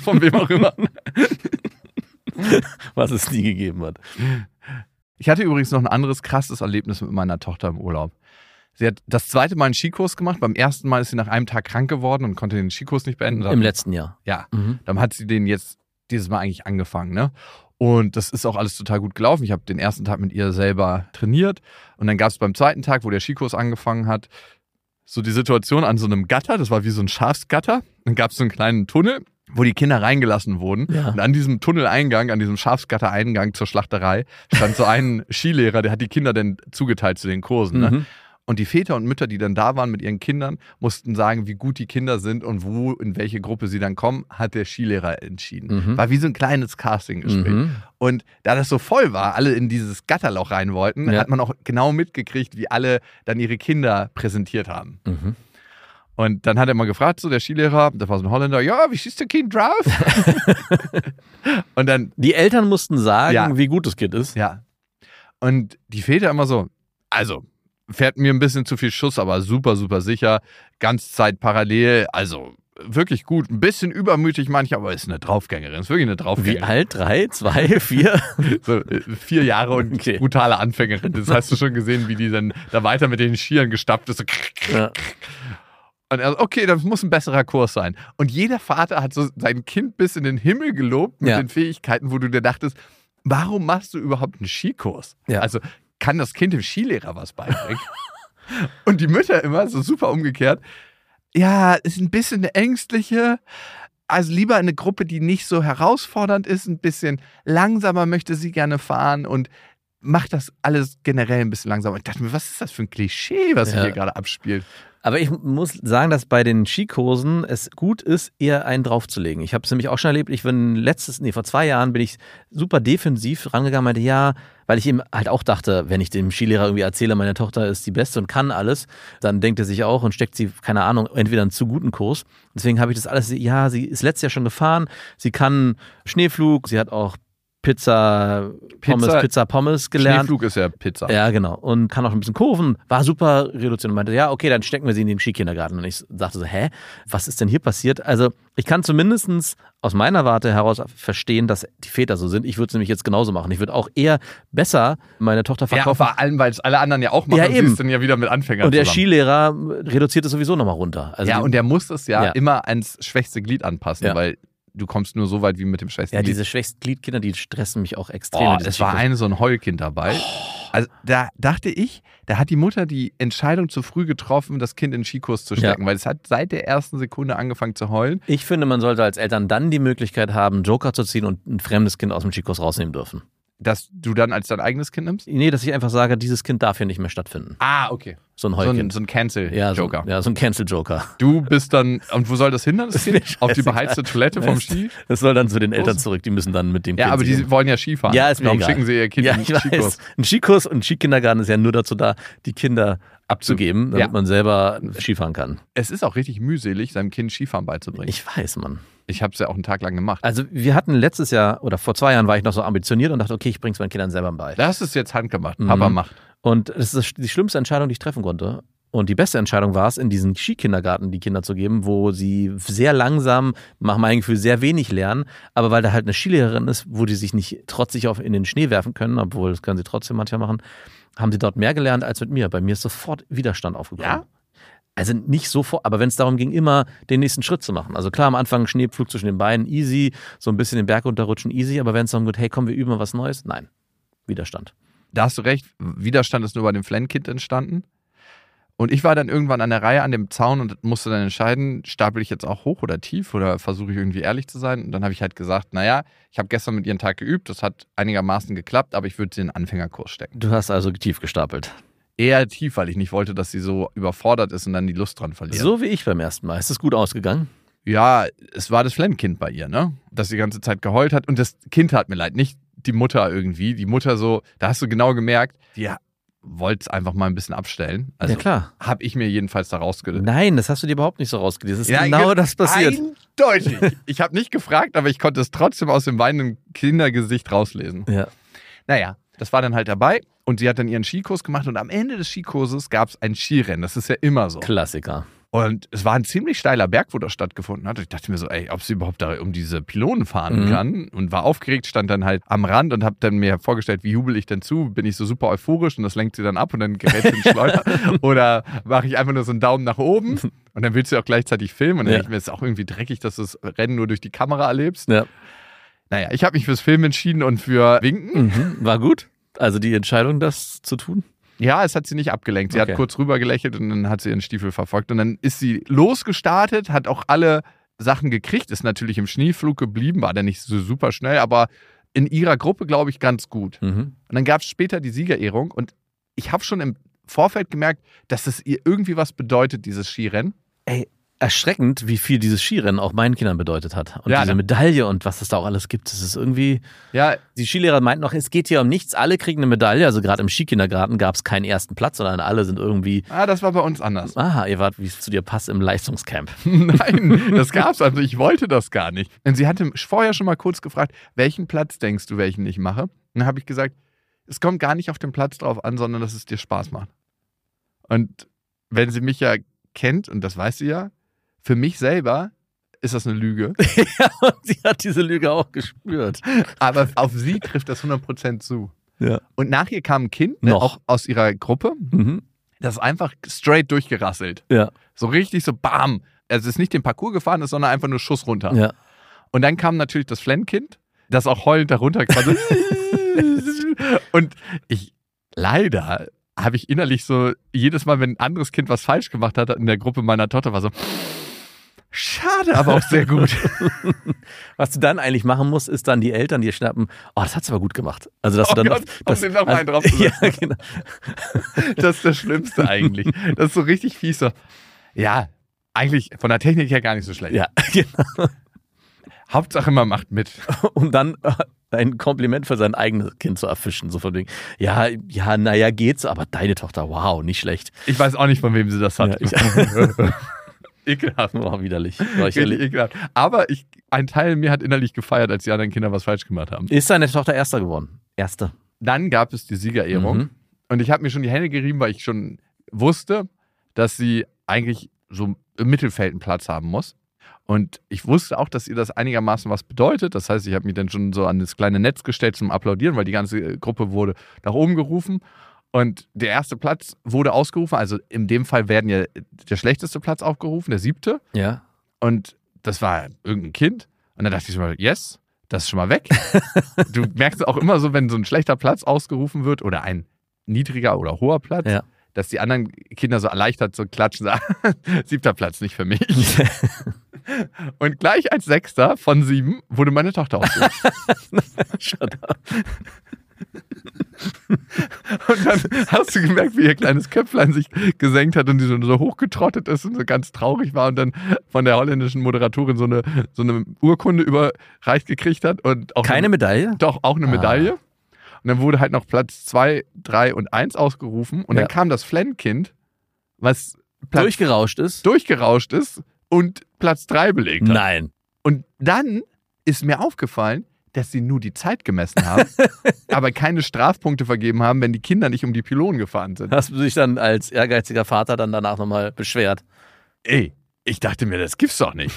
[SPEAKER 1] Von wem auch immer.
[SPEAKER 2] Was es nie gegeben hat.
[SPEAKER 1] Ich hatte übrigens noch ein anderes krasses Erlebnis mit meiner Tochter im Urlaub. Sie hat das zweite Mal einen Skikurs gemacht. Beim ersten Mal ist sie nach einem Tag krank geworden und konnte den Skikurs nicht beenden.
[SPEAKER 2] Im letzten Jahr.
[SPEAKER 1] Ja.
[SPEAKER 2] Mhm.
[SPEAKER 1] Dann hat sie den jetzt dieses Mal eigentlich angefangen, ne? Und das ist auch alles total gut gelaufen. Ich habe den ersten Tag mit ihr selber trainiert und dann gab es beim zweiten Tag, wo der Skikurs angefangen hat, so die Situation an so einem Gatter, das war wie so ein Schafsgatter. Dann gab es so einen kleinen Tunnel, wo die Kinder reingelassen wurden.
[SPEAKER 2] Ja.
[SPEAKER 1] Und an diesem Tunneleingang, an diesem Schafsgatter-Eingang zur Schlachterei, stand so
[SPEAKER 2] [LAUGHS]
[SPEAKER 1] ein Skilehrer, der hat die Kinder dann zugeteilt zu den Kursen. Ne?
[SPEAKER 2] Mhm.
[SPEAKER 1] Und die Väter und Mütter, die dann da waren mit ihren Kindern, mussten sagen, wie gut die Kinder sind und wo, in welche Gruppe sie dann kommen, hat der Skilehrer entschieden.
[SPEAKER 2] Mhm.
[SPEAKER 1] War wie so ein kleines Castinggespräch.
[SPEAKER 2] Mhm.
[SPEAKER 1] Und da das so voll war, alle in dieses Gatterloch rein wollten,
[SPEAKER 2] Ja.
[SPEAKER 1] hat man auch genau mitgekriegt, wie alle dann ihre Kinder präsentiert haben.
[SPEAKER 2] Mhm.
[SPEAKER 1] Und dann hat er mal gefragt, so der Skilehrer, das war so ein Holländer, ja, wie schießt der Kind drauf?
[SPEAKER 2] [LAUGHS]
[SPEAKER 1] [LAUGHS] und dann
[SPEAKER 2] Die Eltern mussten sagen,
[SPEAKER 1] Ja.
[SPEAKER 2] wie gut das Kind ist.
[SPEAKER 1] ja. Und die Väter immer so, also fährt mir ein bisschen zu viel Schuss, aber super, super sicher, ganz Zeit parallel, also wirklich gut, ein bisschen übermütig manchmal, aber ist eine Draufgängerin, ist wirklich eine
[SPEAKER 2] Wie
[SPEAKER 1] Draufgängerin.
[SPEAKER 2] alt? Drei, zwei, vier? [LAUGHS]
[SPEAKER 1] So, äh, vier Jahre und
[SPEAKER 2] Okay.
[SPEAKER 1] brutale Anfängerin. Das hast du schon gesehen, wie die dann da weiter mit den Skiern gestappt ist. So.
[SPEAKER 2] Ja.
[SPEAKER 1] Und er so, okay, das muss ein besserer Kurs sein. Und jeder Vater hat so sein Kind bis in den Himmel gelobt mit
[SPEAKER 2] Ja.
[SPEAKER 1] den Fähigkeiten, wo du dir dachtest, warum machst du überhaupt einen Skikurs?
[SPEAKER 2] Ja.
[SPEAKER 1] Also kann das Kind dem Skilehrer was beibringen? [LAUGHS] Und die Mütter immer so super umgekehrt. Ja, ist ein bisschen eine ängstliche. Also lieber eine Gruppe, die nicht so herausfordernd ist, ein bisschen langsamer möchte sie gerne fahren und macht das alles generell ein bisschen langsamer. Ich dachte mir, was ist das für ein Klischee, was sich
[SPEAKER 2] Ja.
[SPEAKER 1] hier gerade abspielt?
[SPEAKER 2] Aber ich muss sagen, dass bei den Skikursen es gut ist, eher einen draufzulegen. Ich habe es nämlich auch schon erlebt. Ich bin letztes, nee, vor zwei Jahren bin ich super defensiv rangegangen, meinte ja, weil ich ihm halt auch dachte, wenn ich dem Skilehrer irgendwie erzähle, meine Tochter ist die Beste und kann alles, dann denkt er sich auch und steckt sie, keine Ahnung, entweder einen zu guten Kurs. Deswegen habe ich das alles, ja, sie ist letztes Jahr schon gefahren, sie kann Schneeflug, sie hat auch Pizza, Pommes,
[SPEAKER 1] Pizza-
[SPEAKER 2] Pizza, Pommes gelernt.
[SPEAKER 1] Schneeflug ist ja Pizza.
[SPEAKER 2] Ja, genau. Und kann auch ein bisschen kurven. War super reduziert und meinte, ja, okay, dann stecken wir sie in den Skikindergarten. Und ich dachte so, hä, was ist denn hier passiert? Also ich kann zumindestens aus meiner Warte heraus verstehen, dass die Väter so sind. Ich würde es nämlich jetzt genauso machen. Ich würde auch eher besser meine Tochter
[SPEAKER 1] Ja,
[SPEAKER 2] verkaufen.
[SPEAKER 1] vor allem, weil es alle anderen ja auch machen.
[SPEAKER 2] Ja,
[SPEAKER 1] und
[SPEAKER 2] eben.
[SPEAKER 1] Sie ist dann ja wieder mit Anfängern
[SPEAKER 2] und der
[SPEAKER 1] zusammen.
[SPEAKER 2] Skilehrer reduziert es sowieso nochmal runter. Also
[SPEAKER 1] ja,
[SPEAKER 2] die,
[SPEAKER 1] und der muss es ja,
[SPEAKER 2] Ja.
[SPEAKER 1] immer ans schwächste Glied anpassen,
[SPEAKER 2] Ja.
[SPEAKER 1] weil du kommst nur so weit wie mit dem schwächsten
[SPEAKER 2] ja,
[SPEAKER 1] Glied.
[SPEAKER 2] diese schwächsten Gliedkinder, die stressen mich auch extrem.
[SPEAKER 1] Oh,
[SPEAKER 2] mit diesen
[SPEAKER 1] es war
[SPEAKER 2] Skikurs-
[SPEAKER 1] eine so ein Heulkind dabei.
[SPEAKER 2] Oh.
[SPEAKER 1] Also da dachte ich, da hat die Mutter die Entscheidung zu früh getroffen, das Kind in den Skikurs zu
[SPEAKER 2] Ja.
[SPEAKER 1] stecken, weil es hat seit der ersten Sekunde angefangen zu heulen.
[SPEAKER 2] ich finde, man sollte als Eltern dann die Möglichkeit haben, einen Joker zu ziehen und ein fremdes Kind aus dem Skikurs rausnehmen dürfen.
[SPEAKER 1] Dass du dann als dein eigenes Kind nimmst?
[SPEAKER 2] Nee, dass ich einfach sage, dieses Kind darf hier nicht mehr stattfinden.
[SPEAKER 1] Ah, okay.
[SPEAKER 2] So ein
[SPEAKER 1] So ein,
[SPEAKER 2] Heulkind.
[SPEAKER 1] so ein
[SPEAKER 2] ja, so,
[SPEAKER 1] Cancel-Joker.
[SPEAKER 2] ja, so ein Cancel-Joker.
[SPEAKER 1] Du bist dann, und wo soll das hindern,
[SPEAKER 2] [LAUGHS]
[SPEAKER 1] das Kind? Auf die beheizte Toilette vom Ski?
[SPEAKER 2] Das soll dann zu den Eltern
[SPEAKER 1] Los.
[SPEAKER 2] zurück, die müssen dann mit dem
[SPEAKER 1] Oh. Ja,
[SPEAKER 2] Kind
[SPEAKER 1] aber die
[SPEAKER 2] gehen.
[SPEAKER 1] wollen ja Skifahren.
[SPEAKER 2] Ja, ist mir
[SPEAKER 1] Darum
[SPEAKER 2] egal.
[SPEAKER 1] schicken sie ihr Kind
[SPEAKER 2] ja,
[SPEAKER 1] in den
[SPEAKER 2] ich weiß.
[SPEAKER 1] Skikurs.
[SPEAKER 2] Ein Skikurs und ein Skikindergarten ist ja nur dazu da, die Kinder abzugeben, damit
[SPEAKER 1] Ja.
[SPEAKER 2] man selber Skifahren kann.
[SPEAKER 1] Es ist auch richtig mühselig, seinem Kind Skifahren beizubringen. Ich,
[SPEAKER 2] Ich weiß, Mann.
[SPEAKER 1] habe es ja auch einen Tag lang gemacht.
[SPEAKER 2] Also wir hatten letztes Jahr oder vor zwei Jahren war ich noch so ambitioniert und dachte, okay, ich bring's meinen Kindern selber bei.
[SPEAKER 1] Das ist jetzt handgemacht.
[SPEAKER 2] Mhm.
[SPEAKER 1] Papa macht.
[SPEAKER 2] Und das ist die schlimmste Entscheidung, die ich treffen konnte. Und die beste Entscheidung war es, in diesen Skikindergarten die Kinder zu geben, wo sie sehr langsam, nach meinem Gefühl, sehr wenig lernen. Aber weil da halt eine Skilehrerin ist, wo die sich nicht trotzig auf, in den Schnee werfen können, obwohl das können sie trotzdem manchmal machen, haben sie dort mehr gelernt als mit mir. Bei mir ist sofort Widerstand aufgekommen.
[SPEAKER 1] Ja?
[SPEAKER 2] Also nicht sofort, aber wenn es darum ging, immer den nächsten Schritt zu machen. Also klar, am Anfang Schneepflug zwischen den Beinen, easy, so ein bisschen den Berg runterrutschen, easy. Aber wenn es darum geht, hey, komm, wir üben mal was Neues, nein, Widerstand.
[SPEAKER 1] da hast du recht, Widerstand ist nur bei dem Flan-Kind entstanden. Und ich war dann irgendwann an der Reihe an dem Zaun und musste dann entscheiden, stapel ich jetzt auch hoch oder tief oder versuche ich irgendwie ehrlich zu sein. Und dann habe ich halt gesagt, naja, ich habe gestern mit ihren Tag geübt, das hat einigermaßen geklappt, aber ich würde sie in den Anfängerkurs stecken.
[SPEAKER 2] Du hast also tief gestapelt.
[SPEAKER 1] eher tief, weil ich nicht wollte, dass sie so überfordert ist und dann die Lust dran verliert.
[SPEAKER 2] So wie ich beim ersten Mal. Ist es gut ausgegangen?
[SPEAKER 1] Ja, es war das Flemmkind bei ihr, ne? Das die ganze Zeit geheult hat. Und das Kind tat mir leid, nicht die Mutter irgendwie. Die Mutter so, da hast du genau gemerkt, die wollte es einfach mal ein bisschen abstellen. Also
[SPEAKER 2] ja, klar.
[SPEAKER 1] habe ich mir jedenfalls da rausgelöst.
[SPEAKER 2] Nein, das hast du dir überhaupt nicht so rausgelesen. Es ist genau das passiert.
[SPEAKER 1] Eindeutig. Ich habe nicht gefragt, aber ich konnte es trotzdem aus dem weinenden Kindergesicht rauslesen.
[SPEAKER 2] Ja.
[SPEAKER 1] Naja, das war dann halt dabei und sie hat dann ihren Skikurs gemacht und am Ende des Skikurses gab es ein Skirennen. Das ist ja immer so.
[SPEAKER 2] Klassiker.
[SPEAKER 1] Und es war ein ziemlich steiler Berg, wo das stattgefunden hat. Und ich dachte mir so, ey, ob sie überhaupt da um diese Pylonen fahren
[SPEAKER 2] Mhm.
[SPEAKER 1] kann. Und war aufgeregt, stand dann halt am Rand und habe dann mir vorgestellt, wie jubel ich denn zu? Bin ich so super euphorisch und das lenkt sie dann ab und dann gerät sie in den
[SPEAKER 2] [LAUGHS]
[SPEAKER 1] Schleuder? Oder mache ich einfach nur so einen Daumen nach oben? Und dann willst du ja auch gleichzeitig filmen. Und dann
[SPEAKER 2] Ja.
[SPEAKER 1] denk ich mir, es ist auch irgendwie dreckig, dass du das Rennen nur durch die Kamera erlebst.
[SPEAKER 2] Ja.
[SPEAKER 1] Naja, ich habe mich fürs Filmen entschieden und für Winken.
[SPEAKER 2] Mhm. War gut. Also die Entscheidung, das zu tun.
[SPEAKER 1] Ja, es hat sie nicht abgelenkt. Sie
[SPEAKER 2] Okay.
[SPEAKER 1] hat kurz rüber gelächelt und dann hat sie ihren Stiefel verfolgt. Und dann ist sie losgestartet, hat auch alle Sachen gekriegt, ist natürlich im Schneeflug geblieben, war dann nicht so super schnell, aber in ihrer Gruppe, glaube ich, ganz gut.
[SPEAKER 2] Mhm.
[SPEAKER 1] Und dann gab es später die Siegerehrung und ich habe schon im Vorfeld gemerkt, dass es ihr irgendwie was bedeutet, dieses Skirennen.
[SPEAKER 2] Erschreckend, wie viel dieses Skirennen auch meinen Kindern bedeutet hat. Und
[SPEAKER 1] Ja,
[SPEAKER 2] diese
[SPEAKER 1] ne?
[SPEAKER 2] Medaille und was es da auch alles gibt. Es ist irgendwie,
[SPEAKER 1] Ja,
[SPEAKER 2] Die Skilehrer meinten noch, es geht hier um nichts, alle kriegen eine Medaille. Also gerade im Skikindergarten gab es keinen ersten Platz, sondern alle sind irgendwie,
[SPEAKER 1] ah, das war bei uns anders.
[SPEAKER 2] aha, ihr wart, wie es zu dir passt, im Leistungscamp. [LAUGHS]
[SPEAKER 1] [LAUGHS] Nein, das gab's. Also ich wollte das gar nicht. Denn sie hatte vorher schon mal kurz gefragt, welchen Platz denkst du, welchen ich mache? Und dann habe ich gesagt, es kommt gar nicht auf den Platz drauf an, sondern dass es dir Spaß macht. Und wenn sie mich ja kennt, und das weiß sie ja, für mich selber ist das eine
[SPEAKER 2] [LAUGHS]
[SPEAKER 1] Lüge.
[SPEAKER 2] Und sie hat diese Lüge auch gespürt.
[SPEAKER 1] Aber auf sie trifft das 100% zu.
[SPEAKER 2] Ja.
[SPEAKER 1] Und nach ihr kam ein Kind, ne,
[SPEAKER 2] Noch.
[SPEAKER 1] auch aus ihrer Gruppe,
[SPEAKER 2] Mhm.
[SPEAKER 1] das ist einfach straight durchgerasselt.
[SPEAKER 2] Ja.
[SPEAKER 1] So richtig so bam. Also es ist nicht den Parcours gefahren, ist, sondern einfach nur Schuss runter.
[SPEAKER 2] Ja.
[SPEAKER 1] Und dann kam natürlich das Flennkind, das auch heulend darunter kam. So
[SPEAKER 2] [LAUGHS]
[SPEAKER 1] und ich, leider habe ich innerlich so, jedes Mal, wenn ein anderes Kind was falsch gemacht hat, in der Gruppe meiner Tochter war so, schade, aber auch sehr gut.
[SPEAKER 2] [LAUGHS] Was du dann eigentlich machen musst, ist dann die Eltern dir schnappen, oh, das hat's aber gut gemacht. Also, dass
[SPEAKER 1] Oh
[SPEAKER 2] du dann
[SPEAKER 1] Gott, um dem noch einen
[SPEAKER 2] [LAUGHS] ja,
[SPEAKER 1] draufzusetzen.
[SPEAKER 2] genau.
[SPEAKER 1] Das ist das Schlimmste eigentlich. Das ist so richtig fies. So. Ja, eigentlich von der Technik her gar nicht so schlecht.
[SPEAKER 2] ja, genau.
[SPEAKER 1] Hauptsache, man macht mit.
[SPEAKER 2] Um dann äh, ein Kompliment für sein eigenes Kind zu erfischen. So von wegen, ja, ja, naja, geht's, aber deine Tochter, wow, nicht schlecht.
[SPEAKER 1] [LAUGHS] Ich weiß auch nicht, von wem sie das hat. [LAUGHS] Ekelhaft.
[SPEAKER 2] Oh, widerlich.
[SPEAKER 1] Richtig
[SPEAKER 2] Lächerlich.
[SPEAKER 1] ekelhaft. Aber ich, ein Teil in mir hat innerlich gefeiert, als die anderen Kinder was falsch gemacht haben.
[SPEAKER 2] Ist deine Tochter Erster geworden? Erste.
[SPEAKER 1] Dann gab es die Siegerehrung.
[SPEAKER 2] Mhm.
[SPEAKER 1] Und ich habe mir schon die Hände gerieben, weil ich schon wusste, dass sie eigentlich so im Mittelfeld einen Platz haben muss. Und ich wusste auch, dass ihr das einigermaßen was bedeutet. Das heißt, ich habe mich dann schon so an das kleine Netz gestellt zum Applaudieren, weil die ganze äh, Gruppe wurde nach oben gerufen. Und der erste Platz wurde ausgerufen. Also in dem Fall werden ja der schlechteste Platz aufgerufen, der siebte.
[SPEAKER 2] Ja.
[SPEAKER 1] Und das war irgendein Kind. Und dann dachte ich schon mal, yes, das ist schon mal weg. du merkst auch immer so, wenn so ein schlechter Platz ausgerufen wird oder ein niedriger oder hoher Platz,
[SPEAKER 2] Ja.
[SPEAKER 1] dass die anderen Kinder so erleichtert so klatschen, sagen, [LAUGHS] siebter Platz nicht für
[SPEAKER 2] [LAUGHS]
[SPEAKER 1] mich. Und gleich als sechster von sieben wurde meine Tochter ausgerufen.
[SPEAKER 2] [LAUGHS] Shut up.
[SPEAKER 1] Und dann hast du gemerkt, wie ihr kleines Köpflein sich gesenkt hat und die so, so hochgetrottet ist und so ganz traurig war und dann von der holländischen Moderatorin so eine, so eine Urkunde überreicht gekriegt hat. Und auch
[SPEAKER 2] Keine Medaille?
[SPEAKER 1] Doch, auch eine
[SPEAKER 2] Ah.
[SPEAKER 1] Medaille. Und dann wurde halt noch Platz 2, 3 und 1 ausgerufen. Und
[SPEAKER 2] Ja.
[SPEAKER 1] dann kam das Flennkind, was Platz
[SPEAKER 2] Durchgerauscht ist?
[SPEAKER 1] durchgerauscht ist und Platz 3 belegt hat.
[SPEAKER 2] Nein.
[SPEAKER 1] Und dann ist mir aufgefallen, dass sie nur die Zeit gemessen
[SPEAKER 2] [LAUGHS]
[SPEAKER 1] haben, aber keine Strafpunkte vergeben haben, wenn die Kinder nicht um die Pylonen gefahren sind.
[SPEAKER 2] Hast du dich dann als ehrgeiziger Vater dann danach nochmal beschwert?
[SPEAKER 1] Ey, ich dachte mir, das gibt's doch
[SPEAKER 2] [LAUGHS]
[SPEAKER 1] nicht.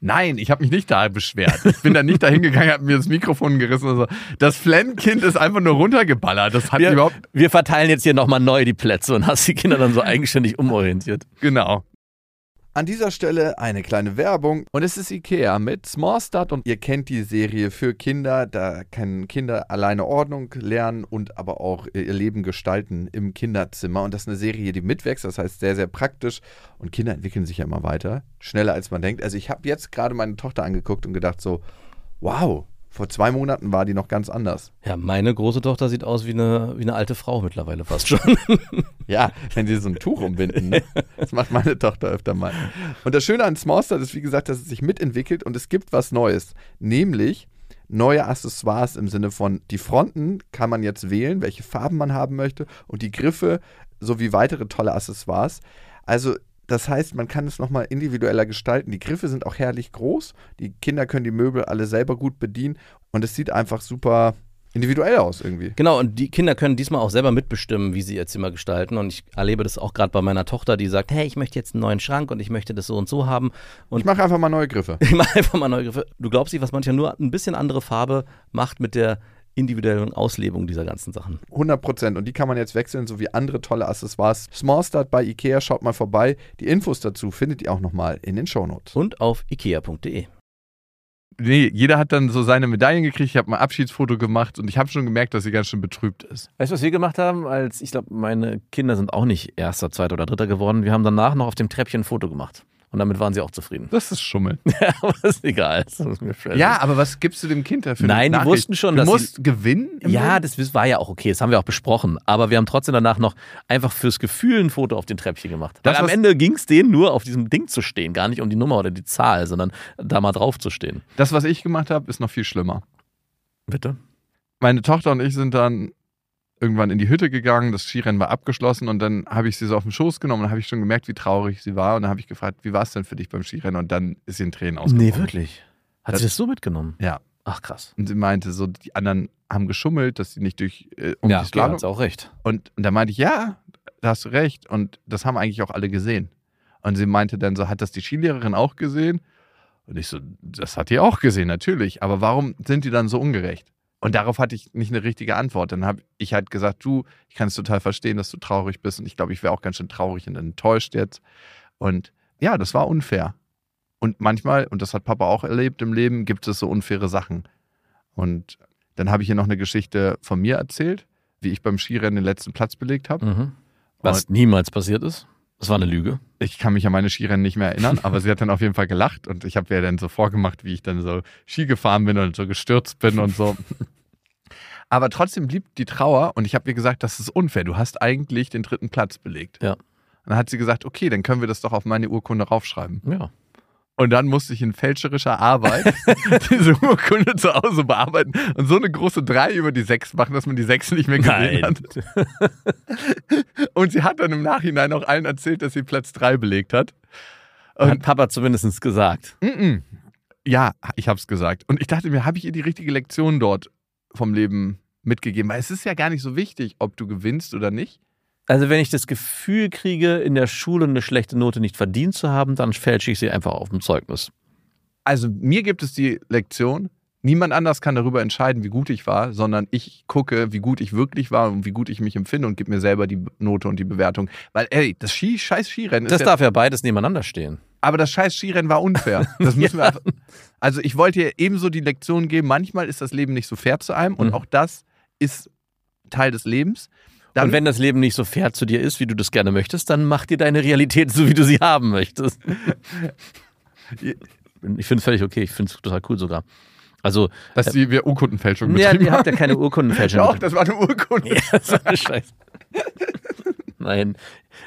[SPEAKER 1] Nein, ich habe mich nicht da beschwert. Ich bin da nicht dahin gegangen, habe mir das Mikrofon gerissen und so. Das Flennkind ist einfach nur runtergeballert. Das hat überhaupt
[SPEAKER 2] wir verteilen jetzt hier nochmal neu die Plätze und hast die Kinder dann so eigenständig umorientiert.
[SPEAKER 1] Genau.
[SPEAKER 7] An dieser Stelle eine kleine Werbung. Und es ist Ikea mit Small Start. Und ihr kennt die Serie für Kinder. Da können Kinder alleine Ordnung lernen und aber auch äh, ihr Leben gestalten im Kinderzimmer. Und das ist eine Serie, die mitwächst. Das heißt, sehr, sehr praktisch. Und Kinder entwickeln sich ja immer weiter. Schneller, als man denkt. Also ich habe jetzt gerade meine Tochter angeguckt und gedacht so, wow, Vor zwei Monaten war die noch ganz anders.
[SPEAKER 6] Ja, meine große Tochter sieht aus wie eine, wie eine alte Frau mittlerweile fast schon. [LAUGHS]
[SPEAKER 7] Ja, wenn sie so ein Tuch umbinden. Ne? Das macht meine Tochter öfter mal. Und das Schöne an Smallstart ist, wie gesagt, dass es sich mitentwickelt und es gibt was Neues. Nämlich neue Accessoires im Sinne von die Fronten kann man jetzt wählen, welche Farben man haben möchte und die Griffe sowie weitere tolle Accessoires. Also das heißt, man kann es nochmal individueller gestalten. Die Griffe sind auch herrlich groß. Die Kinder können die Möbel alle selber gut bedienen und es sieht einfach super individuell aus irgendwie.
[SPEAKER 6] genau, und die Kinder können diesmal auch selber mitbestimmen, wie sie ihr Zimmer gestalten. Und ich erlebe das auch gerade bei meiner Tochter, die sagt, hey, ich möchte jetzt einen neuen Schrank und ich möchte das so und so haben. [LAUGHS] Und
[SPEAKER 7] Ich mache einfach mal neue Griffe.
[SPEAKER 6] Ich mache einfach mal neue Griffe. Du glaubst nicht, was manchmal nur ein bisschen andere Farbe macht mit der individuellen Auslebung dieser ganzen Sachen.
[SPEAKER 7] 100 Prozent. Und die kann man jetzt wechseln, sowie andere tolle Accessoires. Small Start bei Ikea, schaut mal vorbei. Die Infos dazu findet ihr auch nochmal in den Shownotes.
[SPEAKER 6] Und auf ikea.de.
[SPEAKER 1] Nee, jeder hat dann so seine Medaillen gekriegt. Ich habe mal ein Abschiedsfoto gemacht und ich habe schon gemerkt, dass sie ganz schön betrübt ist.
[SPEAKER 2] Weißt du, was wir gemacht haben? Als ich glaube, meine Kinder sind auch nicht erster, zweiter oder dritter geworden. Wir haben danach noch auf dem Treppchen ein Foto gemacht. Und damit waren sie auch zufrieden. [LAUGHS]
[SPEAKER 1] Das ist Schummeln.
[SPEAKER 2] Aber ist egal. Das ist mir völlig-
[SPEAKER 1] [LAUGHS] Ja, aber was gibst du dem Kind dafür?
[SPEAKER 2] Nein, die wussten schon,
[SPEAKER 1] du
[SPEAKER 2] dass
[SPEAKER 1] musst gewinnen. im
[SPEAKER 2] Ja,
[SPEAKER 1] Leben?
[SPEAKER 2] das war ja auch okay. Das haben wir auch besprochen. Aber wir haben trotzdem danach noch einfach fürs Gefühl ein Foto auf den Treppchen gemacht.
[SPEAKER 1] Das,
[SPEAKER 2] Weil am
[SPEAKER 1] was-
[SPEAKER 2] Ende ging es denen nur, auf diesem Ding zu stehen. Gar nicht um die Nummer oder die Zahl, sondern da mal drauf zu stehen.
[SPEAKER 1] das, was ich gemacht habe, ist noch viel schlimmer.
[SPEAKER 2] Bitte?
[SPEAKER 1] meine Tochter und ich sind dann irgendwann in die Hütte gegangen, das Skirennen war abgeschlossen und dann habe ich sie so auf den Schoß genommen und dann habe ich schon gemerkt, wie traurig sie war und dann habe ich gefragt, wie war es denn für dich beim Skirennen und dann ist sie in Tränen ausgebrochen.
[SPEAKER 2] Nee, wirklich. Hat
[SPEAKER 1] Das-
[SPEAKER 2] sie das so mitgenommen?
[SPEAKER 1] Ja.
[SPEAKER 2] Ach, krass.
[SPEAKER 1] Und sie meinte so, die anderen haben geschummelt, dass sie nicht durch äh, um die
[SPEAKER 2] okay, also
[SPEAKER 1] Slalom.
[SPEAKER 2] hat sie auch recht.
[SPEAKER 1] Und, und da meinte ich, ja, da hast du recht und das haben eigentlich auch alle gesehen. Und sie meinte dann so, hat das die Skilehrerin auch gesehen? Und ich so, das hat die auch gesehen, natürlich. Aber warum sind die dann so ungerecht? Und darauf hatte ich nicht eine richtige Antwort. Dann habe ich halt gesagt, du, ich kann es total verstehen, dass du traurig bist. Und ich glaube, ich wäre auch ganz schön traurig und enttäuscht jetzt. Und ja, das war unfair. Und manchmal, und das hat Papa auch erlebt im Leben, gibt es so unfaire Sachen. Und dann habe ich hier noch eine Geschichte von mir erzählt, wie ich beim Skirennen den letzten Platz belegt habe.
[SPEAKER 2] Mhm. Was niemals passiert ist. Das war eine Lüge.
[SPEAKER 1] ich kann mich an meine Skirennen nicht mehr erinnern, aber sie hat dann auf jeden Fall gelacht und ich habe ihr dann so vorgemacht, wie ich dann so Ski gefahren bin und so gestürzt bin und so. [LAUGHS] Aber trotzdem blieb die Trauer und ich habe ihr gesagt, das ist unfair. Du hast eigentlich den dritten Platz belegt.
[SPEAKER 2] Ja.
[SPEAKER 1] Und dann hat sie gesagt, okay, dann können wir das doch auf meine Urkunde raufschreiben.
[SPEAKER 2] Ja.
[SPEAKER 1] Und dann musste ich in fälscherischer [LAUGHS] Arbeit diese Urkunde zu Hause bearbeiten und so eine große 3 über die 6 machen, dass man die 6 nicht mehr gesehen
[SPEAKER 2] [LAUGHS] Nein.
[SPEAKER 1] hat. Und sie hat dann im Nachhinein auch allen erzählt, dass sie Platz 3 belegt hat.
[SPEAKER 2] Hat Papa zumindest gesagt.
[SPEAKER 1] Mm-mm. Ja, ich hab's gesagt. Und ich dachte mir, habe ich ihr die richtige Lektion dort vom Leben mitgegeben? Weil es ist ja gar nicht so wichtig, ob du gewinnst oder nicht.
[SPEAKER 2] Also wenn ich das Gefühl kriege, in der Schule eine schlechte Note nicht verdient zu haben, dann fälsche ich sie einfach auf dem Zeugnis.
[SPEAKER 1] Also mir gibt es die Lektion, niemand anders kann darüber entscheiden, wie gut ich war, sondern ich gucke, wie gut ich wirklich war und wie gut ich mich empfinde und gebe mir selber die Note und die Bewertung. Weil, ey, das Ski, scheiß Skirennen
[SPEAKER 2] Das
[SPEAKER 1] ist ja,
[SPEAKER 2] darf ja beides nebeneinander stehen.
[SPEAKER 1] Aber das scheiß Skirennen war
[SPEAKER 2] [LAUGHS]
[SPEAKER 1] unfair. Das müssen wir einfach, also ich wollte ihr ebenso die Lektion geben, manchmal ist das Leben nicht so fair zu einem und
[SPEAKER 2] Mhm.
[SPEAKER 1] auch das ist Teil des Lebens. Dann-
[SPEAKER 2] und wenn das Leben nicht so fair zu dir ist, wie du das gerne möchtest, dann mach dir deine Realität so, wie du sie
[SPEAKER 1] [LAUGHS]
[SPEAKER 2] haben möchtest. ich finde es völlig okay. Ich finde es total cool sogar. Also,
[SPEAKER 1] Dass die, wir Urkundenfälschung
[SPEAKER 2] ja,
[SPEAKER 1] betrieben
[SPEAKER 2] ihr habt ja
[SPEAKER 1] [LAUGHS]
[SPEAKER 2] keine Urkundenfälschung.
[SPEAKER 1] Doch, das war eine Urkunde.
[SPEAKER 2] [LAUGHS] Ja, das war eine Scheiße. Nein,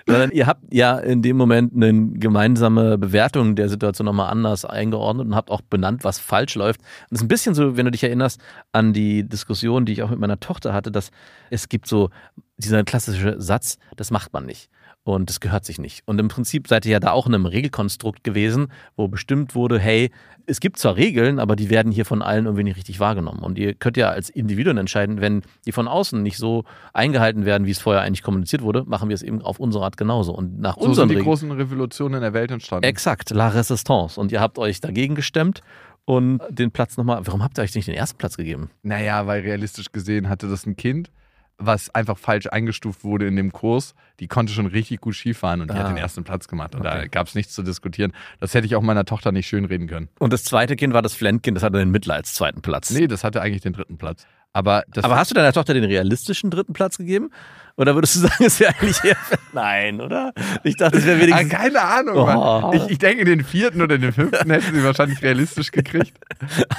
[SPEAKER 2] sondern ihr habt ja in dem Moment eine gemeinsame Bewertung der Situation nochmal anders eingeordnet und habt auch benannt, was falsch läuft. Und das ist ein bisschen so, wenn du dich erinnerst an die Diskussion, die ich auch mit meiner Tochter hatte, dass es gibt so dieser klassische Satz, das macht man nicht. Und das gehört sich nicht. Und im Prinzip seid ihr ja da auch in einem Regelkonstrukt gewesen, wo bestimmt wurde, hey, es gibt zwar Regeln, aber die werden hier von allen irgendwie nicht richtig wahrgenommen. Und ihr könnt ja als Individuen entscheiden, wenn die von außen nicht so eingehalten werden, wie es vorher eigentlich kommuniziert wurde, machen wir es eben auf unsere Art genauso. Und nach
[SPEAKER 1] So
[SPEAKER 2] unseren
[SPEAKER 1] sind die
[SPEAKER 2] Regeln.
[SPEAKER 1] großen Revolutionen in der Welt entstanden.
[SPEAKER 2] Exakt, La Resistance. Und ihr habt euch dagegen gestemmt und den Platz nochmal. Warum habt ihr euch nicht den ersten Platz gegeben?
[SPEAKER 1] Naja, weil realistisch gesehen hatte das ein Kind, was einfach falsch eingestuft wurde in dem Kurs. Die konnte schon richtig gut Skifahren und die hat
[SPEAKER 2] Ah.
[SPEAKER 1] den ersten Platz gemacht. Und da
[SPEAKER 2] Okay.
[SPEAKER 1] gab es nichts zu diskutieren. Das hätte ich auch meiner Tochter nicht schönreden können.
[SPEAKER 2] Und das zweite Kind war das Flendkind, das hatte den Mitleids zweiten Platz.
[SPEAKER 1] Nee, das hatte eigentlich den dritten Platz. Aber, das
[SPEAKER 2] Aber hast du deiner Tochter den realistischen dritten Platz gegeben? Oder würdest du [LAUGHS] sagen, es wäre eigentlich eher. Nein, oder? Ich dachte, es wäre
[SPEAKER 1] Ah,
[SPEAKER 2] wenigstens.
[SPEAKER 1] keine Ahnung.
[SPEAKER 2] Oh.
[SPEAKER 1] Mann. Ich, ich denke, den vierten oder den fünften hätten sie wahrscheinlich realistisch
[SPEAKER 2] [LAUGHS]
[SPEAKER 1] gekriegt.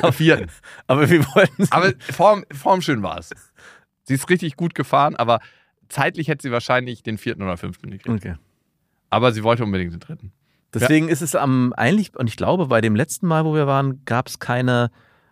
[SPEAKER 1] Den vierten.
[SPEAKER 2] Aber wir wollten.
[SPEAKER 1] Aber form, formschön war es. Sie ist richtig gut gefahren, aber zeitlich hätte sie wahrscheinlich den vierten oder fünften gekriegt.
[SPEAKER 2] Okay.
[SPEAKER 1] Aber sie wollte unbedingt den dritten.
[SPEAKER 2] Deswegen ist es am eigentlich, und ich glaube, bei dem letzten Mal, wo wir waren, gab es keine,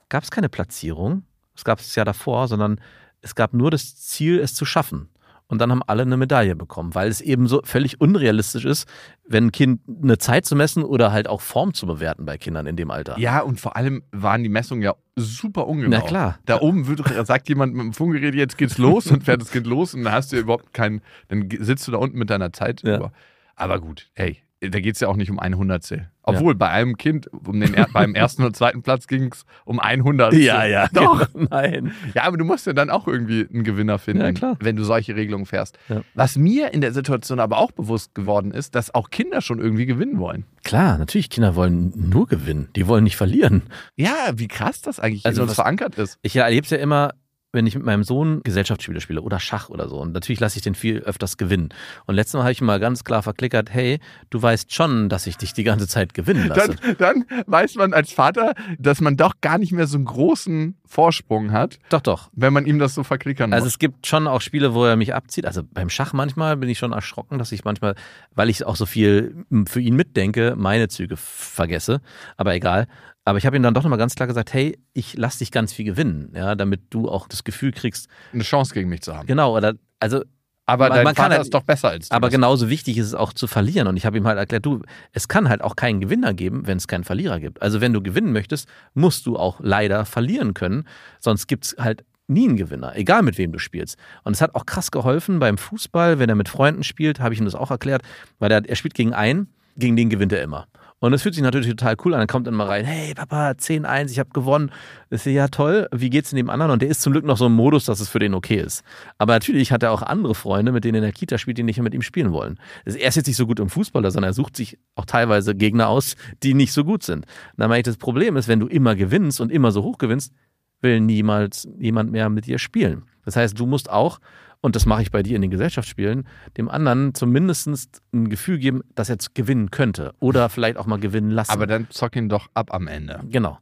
[SPEAKER 2] gab's keine Platzierung. Es gab es ja davor, sondern es gab nur das Ziel, es zu schaffen. Und dann haben alle eine Medaille bekommen, weil es eben so völlig unrealistisch ist, wenn ein Kind eine Zeit zu messen oder halt auch Form zu bewerten bei Kindern in dem Alter.
[SPEAKER 1] Ja, und vor allem waren die Messungen ja super ungenau.
[SPEAKER 2] Na klar.
[SPEAKER 1] Da oben wird, sagt jemand mit dem Funkgerät, jetzt geht's los und fährt das Kind los und dann hast du ja überhaupt keinen, dann ge- sitzt du da unten mit deiner Zeit
[SPEAKER 2] Ja.
[SPEAKER 1] über. Aber gut, hey, da geht's ja auch nicht um ein Hundertstel. Obwohl bei einem Kind, um den, er- beim ersten und zweiten Platz ging's um ein Hundertstel. Doch.
[SPEAKER 2] Doch, [LAUGHS] nein.
[SPEAKER 1] Ja, aber du musst ja dann auch irgendwie einen Gewinner finden,
[SPEAKER 2] Ja, klar.
[SPEAKER 1] wenn du solche Regelungen fährst.
[SPEAKER 2] Ja.
[SPEAKER 1] Was mir in der Situation aber auch bewusst geworden ist, dass auch Kinder schon irgendwie gewinnen wollen.
[SPEAKER 2] Klar, natürlich, Kinder wollen nur gewinnen. Die wollen nicht verlieren.
[SPEAKER 1] Ja, wie krass das eigentlich in
[SPEAKER 2] Also
[SPEAKER 1] uns
[SPEAKER 2] was-
[SPEAKER 1] verankert ist.
[SPEAKER 2] Ich erlebe es ja immer, wenn ich mit meinem Sohn Gesellschaftsspiele spiele oder Schach oder so. Und natürlich lasse ich den viel öfters gewinnen. Und letztes Mal habe ich ihm mal ganz klar verklickert, hey, du weißt schon, dass ich dich die ganze Zeit gewinnen lasse.
[SPEAKER 1] dann, dann weiß man als Vater, dass man doch gar nicht mehr so einen großen Vorsprung hat,
[SPEAKER 2] doch, doch.
[SPEAKER 1] wenn man ihm das so verklickern
[SPEAKER 2] Also
[SPEAKER 1] muss.
[SPEAKER 2] es gibt schon auch Spiele, wo er mich abzieht. Also beim Schach manchmal bin ich schon erschrocken, dass ich manchmal, weil ich auch so viel für ihn mitdenke, meine Züge f- vergesse. Aber egal. Aber ich habe ihm dann doch nochmal ganz klar gesagt, hey, ich lasse dich ganz viel gewinnen, ja, damit du auch das Gefühl kriegst,
[SPEAKER 1] Eine Chance gegen mich zu haben.
[SPEAKER 2] genau, oder also
[SPEAKER 1] Aber
[SPEAKER 2] Man-
[SPEAKER 1] dein
[SPEAKER 2] man kann
[SPEAKER 1] Vater
[SPEAKER 2] halt-
[SPEAKER 1] ist doch besser als du.
[SPEAKER 2] Aber
[SPEAKER 1] bist.
[SPEAKER 2] genauso wichtig ist es auch zu verlieren. Und ich habe ihm halt erklärt, du, es kann halt auch keinen Gewinner geben, wenn es keinen Verlierer gibt. Also wenn du gewinnen möchtest, musst du auch leider verlieren können. Sonst gibt es halt nie einen Gewinner, egal mit wem du spielst. Und es hat auch krass geholfen beim Fußball, wenn er mit Freunden spielt, habe ich ihm das auch erklärt, weil er, er spielt gegen einen, gegen den gewinnt er immer. Und es fühlt sich natürlich total cool an. Dann kommt dann mal rein, hey Papa, 10-1, ich habe gewonnen. Ich so, ja toll, wie geht's denn dem anderen? Und der ist zum Glück noch so im Modus, dass es für den okay ist. Aber natürlich hat er auch andere Freunde, mit denen er in der Kita spielt, die nicht mit ihm spielen wollen. Also Er ist jetzt nicht so gut im Fußballer, sondern er sucht sich auch teilweise Gegner aus, die nicht so gut sind. Und dann meine ich, das Problem ist, wenn du immer gewinnst und immer so hoch gewinnst, will niemals jemand mehr mit dir spielen. Das heißt, du musst auch, und das mache ich bei dir in den Gesellschaftsspielen, dem anderen zumindest ein Gefühl geben, dass er gewinnen könnte oder vielleicht auch mal gewinnen lassen.
[SPEAKER 1] aber dann zock ihn doch ab am Ende.
[SPEAKER 2] Genau.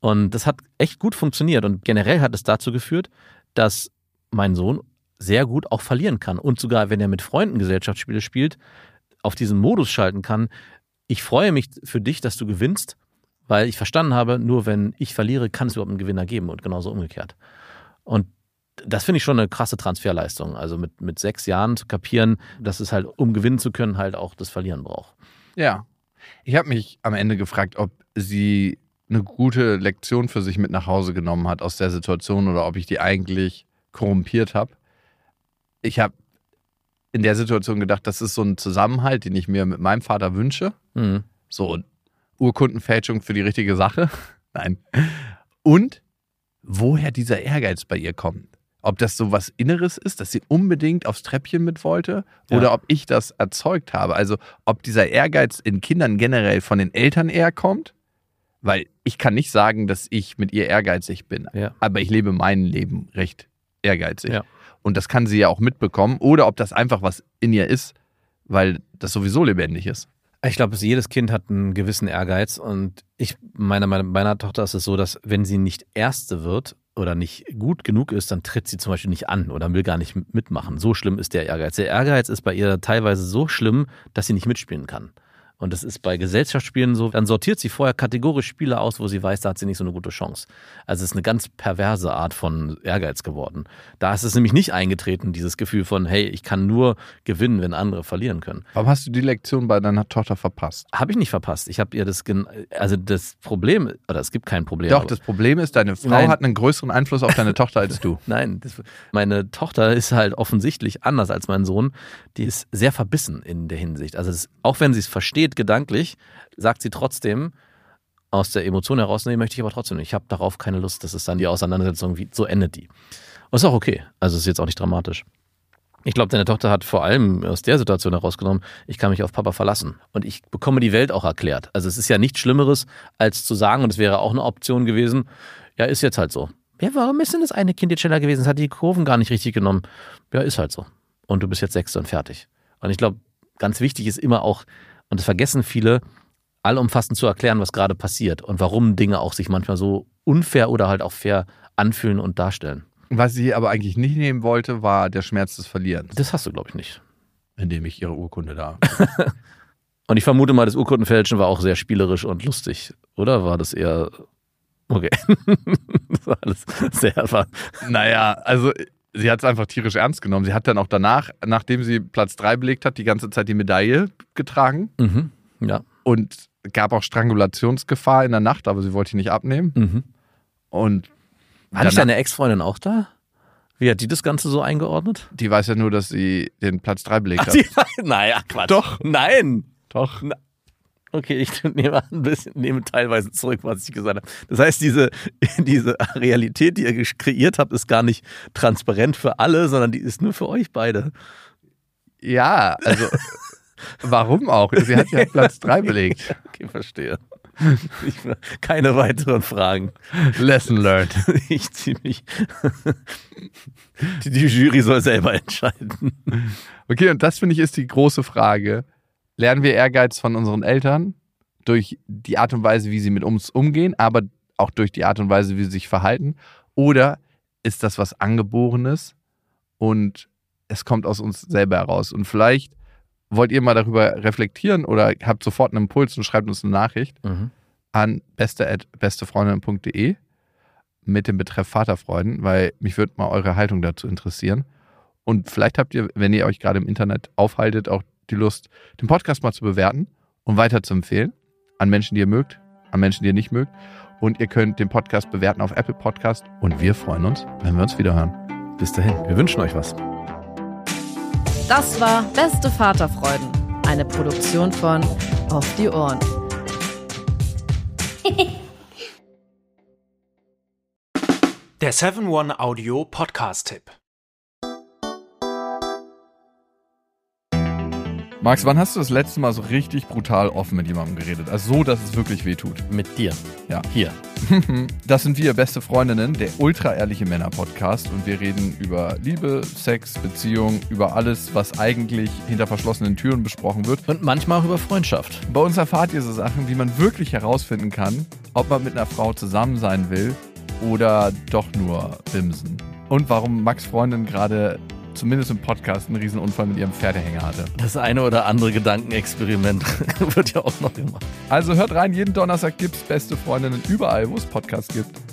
[SPEAKER 2] Und das hat echt gut funktioniert und generell hat es dazu geführt, dass mein Sohn sehr gut auch verlieren kann und sogar, wenn er mit Freunden Gesellschaftsspiele spielt, auf diesen Modus schalten kann. Ich freue mich für dich, dass du gewinnst, weil ich verstanden habe, nur wenn ich verliere, kann es überhaupt einen Gewinner geben und genauso umgekehrt. Und das finde ich schon eine krasse Transferleistung. Also mit, mit sechs Jahren zu kapieren, dass es halt, um gewinnen zu können, halt auch das Verlieren braucht.
[SPEAKER 1] Ja. Ich habe mich am Ende gefragt, ob sie eine gute Lektion für sich mit nach Hause genommen hat aus der Situation oder ob ich die eigentlich korrumpiert habe. Ich habe in der Situation gedacht, das ist so ein Zusammenhalt, den ich mir mit meinem Vater wünsche.
[SPEAKER 2] Mhm.
[SPEAKER 1] So, Urkundenfälschung für die richtige Sache? [LAUGHS] Nein. Und woher dieser Ehrgeiz bei ihr kommt. Ob das so was Inneres ist, dass sie unbedingt aufs Treppchen mit wollte
[SPEAKER 2] Ja.
[SPEAKER 1] oder ob ich das erzeugt habe. Also, ob dieser Ehrgeiz in Kindern generell von den Eltern eher kommt, weil ich kann nicht sagen, dass ich mit ihr ehrgeizig bin,
[SPEAKER 2] Ja.
[SPEAKER 1] aber ich lebe mein Leben recht ehrgeizig.
[SPEAKER 2] Ja.
[SPEAKER 1] Und das kann sie ja auch mitbekommen oder ob das einfach was in ihr ist, weil das sowieso lebendig ist.
[SPEAKER 2] Ich glaube, es- jedes Kind hat einen gewissen Ehrgeiz und ich meiner meiner- meiner Tochter ist es so, dass wenn sie nicht erste wird oder nicht gut genug ist, dann tritt sie zum Beispiel nicht an oder will gar nicht m- mitmachen. So schlimm ist der Ehrgeiz. Der Ehrgeiz ist bei ihr teilweise so schlimm, dass sie nicht mitspielen kann. Und das ist bei Gesellschaftsspielen so. Dann sortiert sie vorher kategorisch Spiele aus, wo sie weiß, da hat sie nicht so eine gute Chance. Also es ist eine ganz perverse Art von Ehrgeiz geworden. Da ist es nämlich nicht eingetreten, dieses Gefühl von, hey, ich kann nur gewinnen, wenn andere verlieren können.
[SPEAKER 1] Warum hast du die Lektion bei deiner Tochter verpasst?
[SPEAKER 2] Habe ich nicht verpasst. Ich habe ihr das, gen also das Problem, oder es gibt kein Problem.
[SPEAKER 1] Doch,
[SPEAKER 2] aber-
[SPEAKER 1] das Problem ist, deine Frau
[SPEAKER 2] Nein.
[SPEAKER 1] hat einen größeren Einfluss auf deine Tochter als du.
[SPEAKER 2] [LAUGHS] Nein, das, meine Tochter ist halt offensichtlich anders als mein Sohn. Die ist sehr verbissen in der Hinsicht. Also es, auch wenn sie es versteht gedanklich, sagt sie trotzdem aus der Emotion heraus, nee, möchte ich aber trotzdem nicht. Ich habe darauf keine Lust. Das ist dann die Auseinandersetzung, wie, so endet die. Und ist auch okay. Also ist jetzt auch nicht dramatisch. Ich glaube, deine Tochter hat vor allem aus der Situation herausgenommen, ich kann mich auf Papa verlassen. Und ich bekomme die Welt auch erklärt. Also es ist ja nichts Schlimmeres, als zu sagen, und es wäre auch eine Option gewesen, ja, ist jetzt halt so. Ja, warum ist denn das eine Kind jetzt schneller gewesen? Es hat die Kurven gar nicht richtig genommen. Ja, ist halt so. Und du bist jetzt Sechster und fertig. Und ich glaube, ganz wichtig ist immer auch, und das vergessen viele, allumfassend zu erklären, was gerade passiert und warum Dinge auch sich manchmal so unfair oder halt auch fair anfühlen und darstellen.
[SPEAKER 1] Was sie aber eigentlich nicht nehmen wollte, war der Schmerz des Verlierens,
[SPEAKER 2] Das hast du, glaube ich, nicht.
[SPEAKER 1] indem ich ihre Urkunde da.
[SPEAKER 2] Und ich vermute mal, das Urkundenfälschen war auch sehr spielerisch und lustig. Oder war das eher. Okay. [LAUGHS] das war alles sehr. War,
[SPEAKER 1] [LAUGHS] naja, also sie hat es einfach tierisch ernst genommen. Sie hat dann auch danach, nachdem sie Platz 3 belegt hat, die ganze Zeit die Medaille getragen
[SPEAKER 2] mhm. Ja.
[SPEAKER 1] und gab auch Strangulationsgefahr in der Nacht, aber sie wollte ihn nicht abnehmen.
[SPEAKER 2] Mhm.
[SPEAKER 1] Und
[SPEAKER 2] War nicht
[SPEAKER 1] danach-
[SPEAKER 2] deine Ex-Freundin auch da? Wie hat die das Ganze so eingeordnet?
[SPEAKER 1] die weiß ja nur, dass sie den Platz 3 belegt
[SPEAKER 2] Ach,
[SPEAKER 1] hat.
[SPEAKER 2] die, [LAUGHS] naja, Quatsch. Doch. Nein.
[SPEAKER 1] Doch.
[SPEAKER 2] Okay, ich [LAUGHS] nehme ein bisschen, nehme teilweise zurück, was ich gesagt habe. Das heißt, diese, [LAUGHS] diese Realität, die ihr gesch- kreiert habt, ist gar nicht transparent für alle, sondern die ist nur für euch beide.
[SPEAKER 1] Ja, also warum auch? Sie hat ja Platz 3 belegt.
[SPEAKER 2] Okay, [LAUGHS] verstehe. Ich, keine weiteren Fragen. [LAUGHS]
[SPEAKER 1] Lesson learned.
[SPEAKER 2] Ich ziehe mich. Die, die Jury soll selber entscheiden.
[SPEAKER 1] Okay, und das finde ich ist die große Frage. Lernen wir Ehrgeiz von unseren Eltern durch die Art und Weise, wie sie mit uns umgehen, aber auch durch die Art und Weise, wie sie sich verhalten? Oder ist das was Angeborenes und es kommt aus uns selber heraus? Und vielleicht wollt ihr mal darüber reflektieren oder habt sofort einen Impuls und schreibt uns eine Nachricht
[SPEAKER 2] Mhm.
[SPEAKER 1] an beste.bestefreundinnen.de mit dem Betreff Vaterfreuden, weil mich würde mal eure Haltung dazu interessieren. Und vielleicht habt ihr, wenn ihr euch gerade im Internet aufhaltet, auch die Lust, den Podcast mal zu bewerten und weiter zu empfehlen an Menschen, die ihr mögt, an Menschen, die ihr nicht mögt. Und ihr könnt den Podcast bewerten auf Apple Podcast. Und wir freuen uns, wenn wir uns wieder hören.
[SPEAKER 2] Bis dahin, wir wünschen euch was.
[SPEAKER 4] Das war Beste Vaterfreuden, eine Produktion von Auf die Ohren.
[SPEAKER 8] Der 7-One Audio Podcast-Tipp.
[SPEAKER 1] Max, wann hast du das letzte Mal so richtig brutal offen mit jemandem geredet? Also so, dass es wirklich wehtut.
[SPEAKER 6] Mit dir.
[SPEAKER 1] Ja.
[SPEAKER 6] Hier.
[SPEAKER 1] Das sind wir, beste Freundinnen, der ultra ehrliche Männer Podcast und wir reden über Liebe, Sex, Beziehung, über alles, was eigentlich hinter verschlossenen Türen besprochen wird.
[SPEAKER 6] Und manchmal auch über Freundschaft.
[SPEAKER 1] Bei uns erfahrt ihr so Sachen, wie man wirklich herausfinden kann, ob man mit einer Frau zusammen sein will oder doch nur bimsen. Und warum Max Freundin gerade zumindest im Podcast einen Riesenunfall mit ihrem Pferdehänger hatte.
[SPEAKER 6] Das eine oder andere Gedankenexperiment [LAUGHS] wird ja auch noch gemacht.
[SPEAKER 1] Also hört rein, jeden Donnerstag gibt's beste Freundinnen überall, wo es Podcasts gibt.